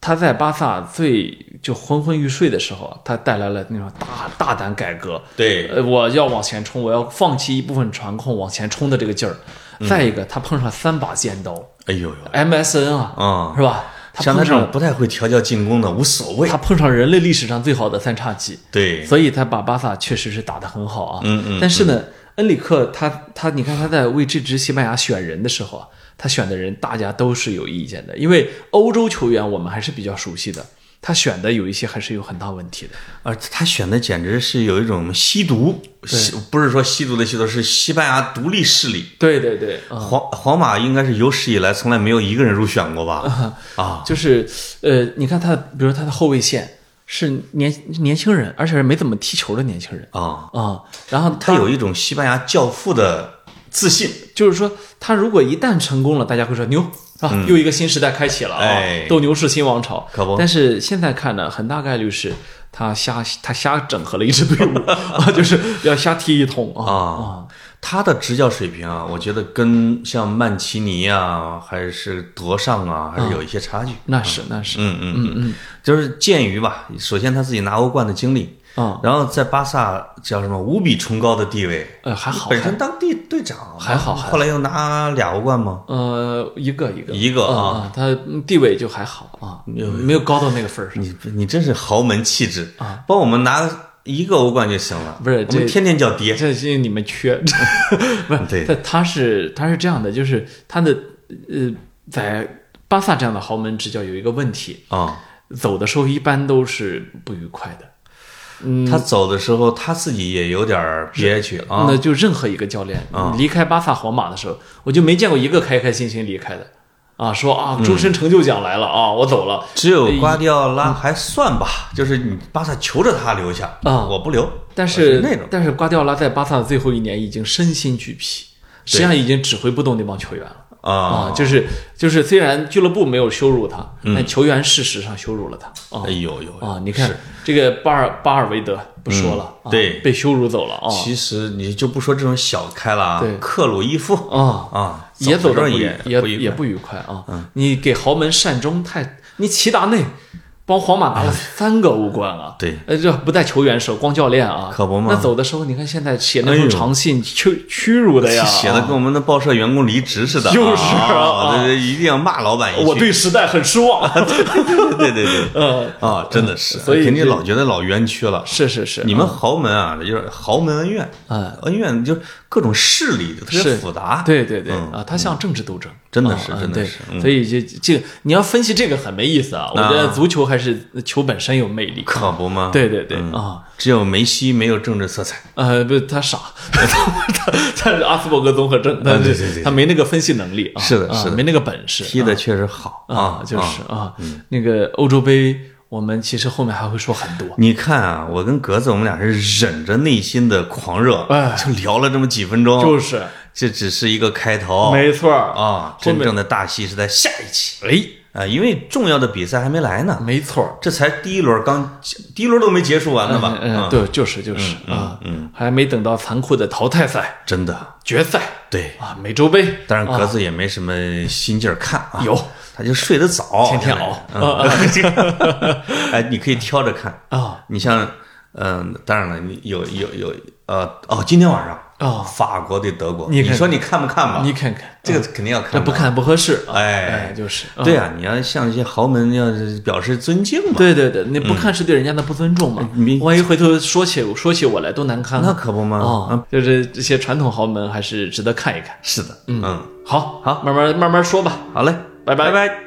他在巴萨最就昏昏欲睡的时候，他带来了那种大大胆改革，对呃，我要往前冲，我要放弃一部分传控往前冲的这个劲儿。嗯再一个，他碰上三把尖刀哎呦呦， ，MSN 啊，啊是吧？他像他碰这种上不太会调教进攻的无所谓他。碰上人类历史上最好的三叉戟，对，所以他把巴萨确实是打得很好啊。嗯嗯但是呢，恩里克他他，你看他在为这支西班牙选人的时候啊，他选的人大家都是有意见的，因为欧洲球员我们还是比较熟悉的，他选的有一些还是有很大问题的。而他选的简直是有一种吸毒，吸不是说吸毒的吸毒，是西班牙独立势力。对对对，啊、皇皇马应该是有史以来从来没有一个人入选过吧？啊，就是呃，你看他的，比如他的后卫线是年年轻人，而且是没怎么踢球的年轻人啊，啊、然后他有一种西班牙教父的自信。就是说，他如果一旦成功了，大家会说牛啊，又一个新时代开启了啊嗯哎，斗牛士新王朝。可不但是现在看呢，很大概率是他瞎他瞎整合了一支队伍 <laughs> 啊，就是要瞎踢一通嗯啊啊，他的执教水平啊，我觉得跟像曼奇尼啊，还是德尚啊，还是有一些差距。那是那是嗯嗯嗯嗯，就是鉴于吧，首先他自己拿欧冠的经历，啊，然后在巴萨叫什么无比崇高的地位，呃还好，本身当地队长还好还好后来又拿俩欧冠吗？呃一个一个一个啊，嗯啊，他地位就还好啊，没有高到那个份儿上。你你真是豪门气质啊！帮我们拿一个欧冠就行了，不是我们这天天叫爹。这这你们缺， <laughs> 不是？嗯对他他是他是这样的，就是他的呃，在巴萨这样的豪门执教有一个问题，啊、走的时候一般都是不愉快的。他走的时候他自己也有点儿憋屈啊那就任何一个教练、离开巴萨、皇马的时候，我就没见过一个开开心心离开的啊，说嗯啊，终身成就奖来了、啊，我走了。只有瓜迪奥拉还算吧，就是你巴萨求着他留下啊我不留。但我是啊那种但是瓜迪奥拉在巴萨的最后一年已经身心俱疲，实际上已经指挥不动那帮球员了。啊啊，，就是就是，虽然俱乐部没有羞辱他，嗯但球员事实上羞辱了他啊哎呦呦啊！你看这个巴尔巴尔韦德不说了，啊嗯对被羞辱走了啊其实你就不说这种小开了啊对，克鲁伊夫啊，啊，也走走的时候的也也不也愉快嗯不愉快啊！你给豪门善终太，你齐达内帮皇马拿了三个欧冠啊！哎对呃，这不带球员手，光教练啊，可不嘛那走的时候，你看现在写哎那呦封长信，屈屈辱的 <laughs> 呀，写的啊跟我们的报社员工离职似的啊，就是啊啊，这一定要骂老板一句。我对时代很失望。 <laughs> 对对对对，嗯，啊，真的是，所以肯定这老觉得老冤屈了。是是是，你们豪门啊，就是豪门恩怨，哎恩怨就是各种势力特别是复杂，对对对嗯啊，它像政治斗争，真的是啊啊真的对是嗯所以这这个你要分析这个很没意思啊，我觉得足球还是球本身有魅力。可不吗？对对对嗯啊，只有梅西没有政治色彩，呃，不，他傻，他他是阿斯伯格综合症，他啊对对对他没那个分析能力啊，是的啊是的没那个本事踢的确实好啊，就是啊，那个欧洲杯，我们其实后面还会说很多，你看啊，我跟格子我们俩是忍着内心的狂热，哎就聊了这么几分钟，就是这只是一个开头，没错儿，啊，真正的大戏是在下一期哎，啊，因为重要的比赛还没来呢，没错儿，这才第一轮刚，第一轮都没结束完呢吧？嗯，嗯啊，对，就是就是啊，嗯，还没等到残酷的淘汰赛、真的决赛对。啊，美洲杯，当然，格子也没什么心劲儿看啊，有他就睡得早，天天熬嗯 <laughs> 哎，你可以挑着看啊。你像，嗯，当然了，你有有有，呃，哦，今天晚上哦法国对德国，你看说你看不看吧？你看看，啊这个肯定要看这的，不看不合适啊。哎哎，就是，对啊，你要向一些豪门要是表示尊敬嘛，嗯对对对，你不看是对人家的不尊重嘛你。万一回头说起说起我来，多难堪那啊！可不嘛。嗯啊，就是这些传统豪门还是值得看一看。是的，嗯，好，好，慢慢慢慢说吧。好嘞，拜拜拜拜。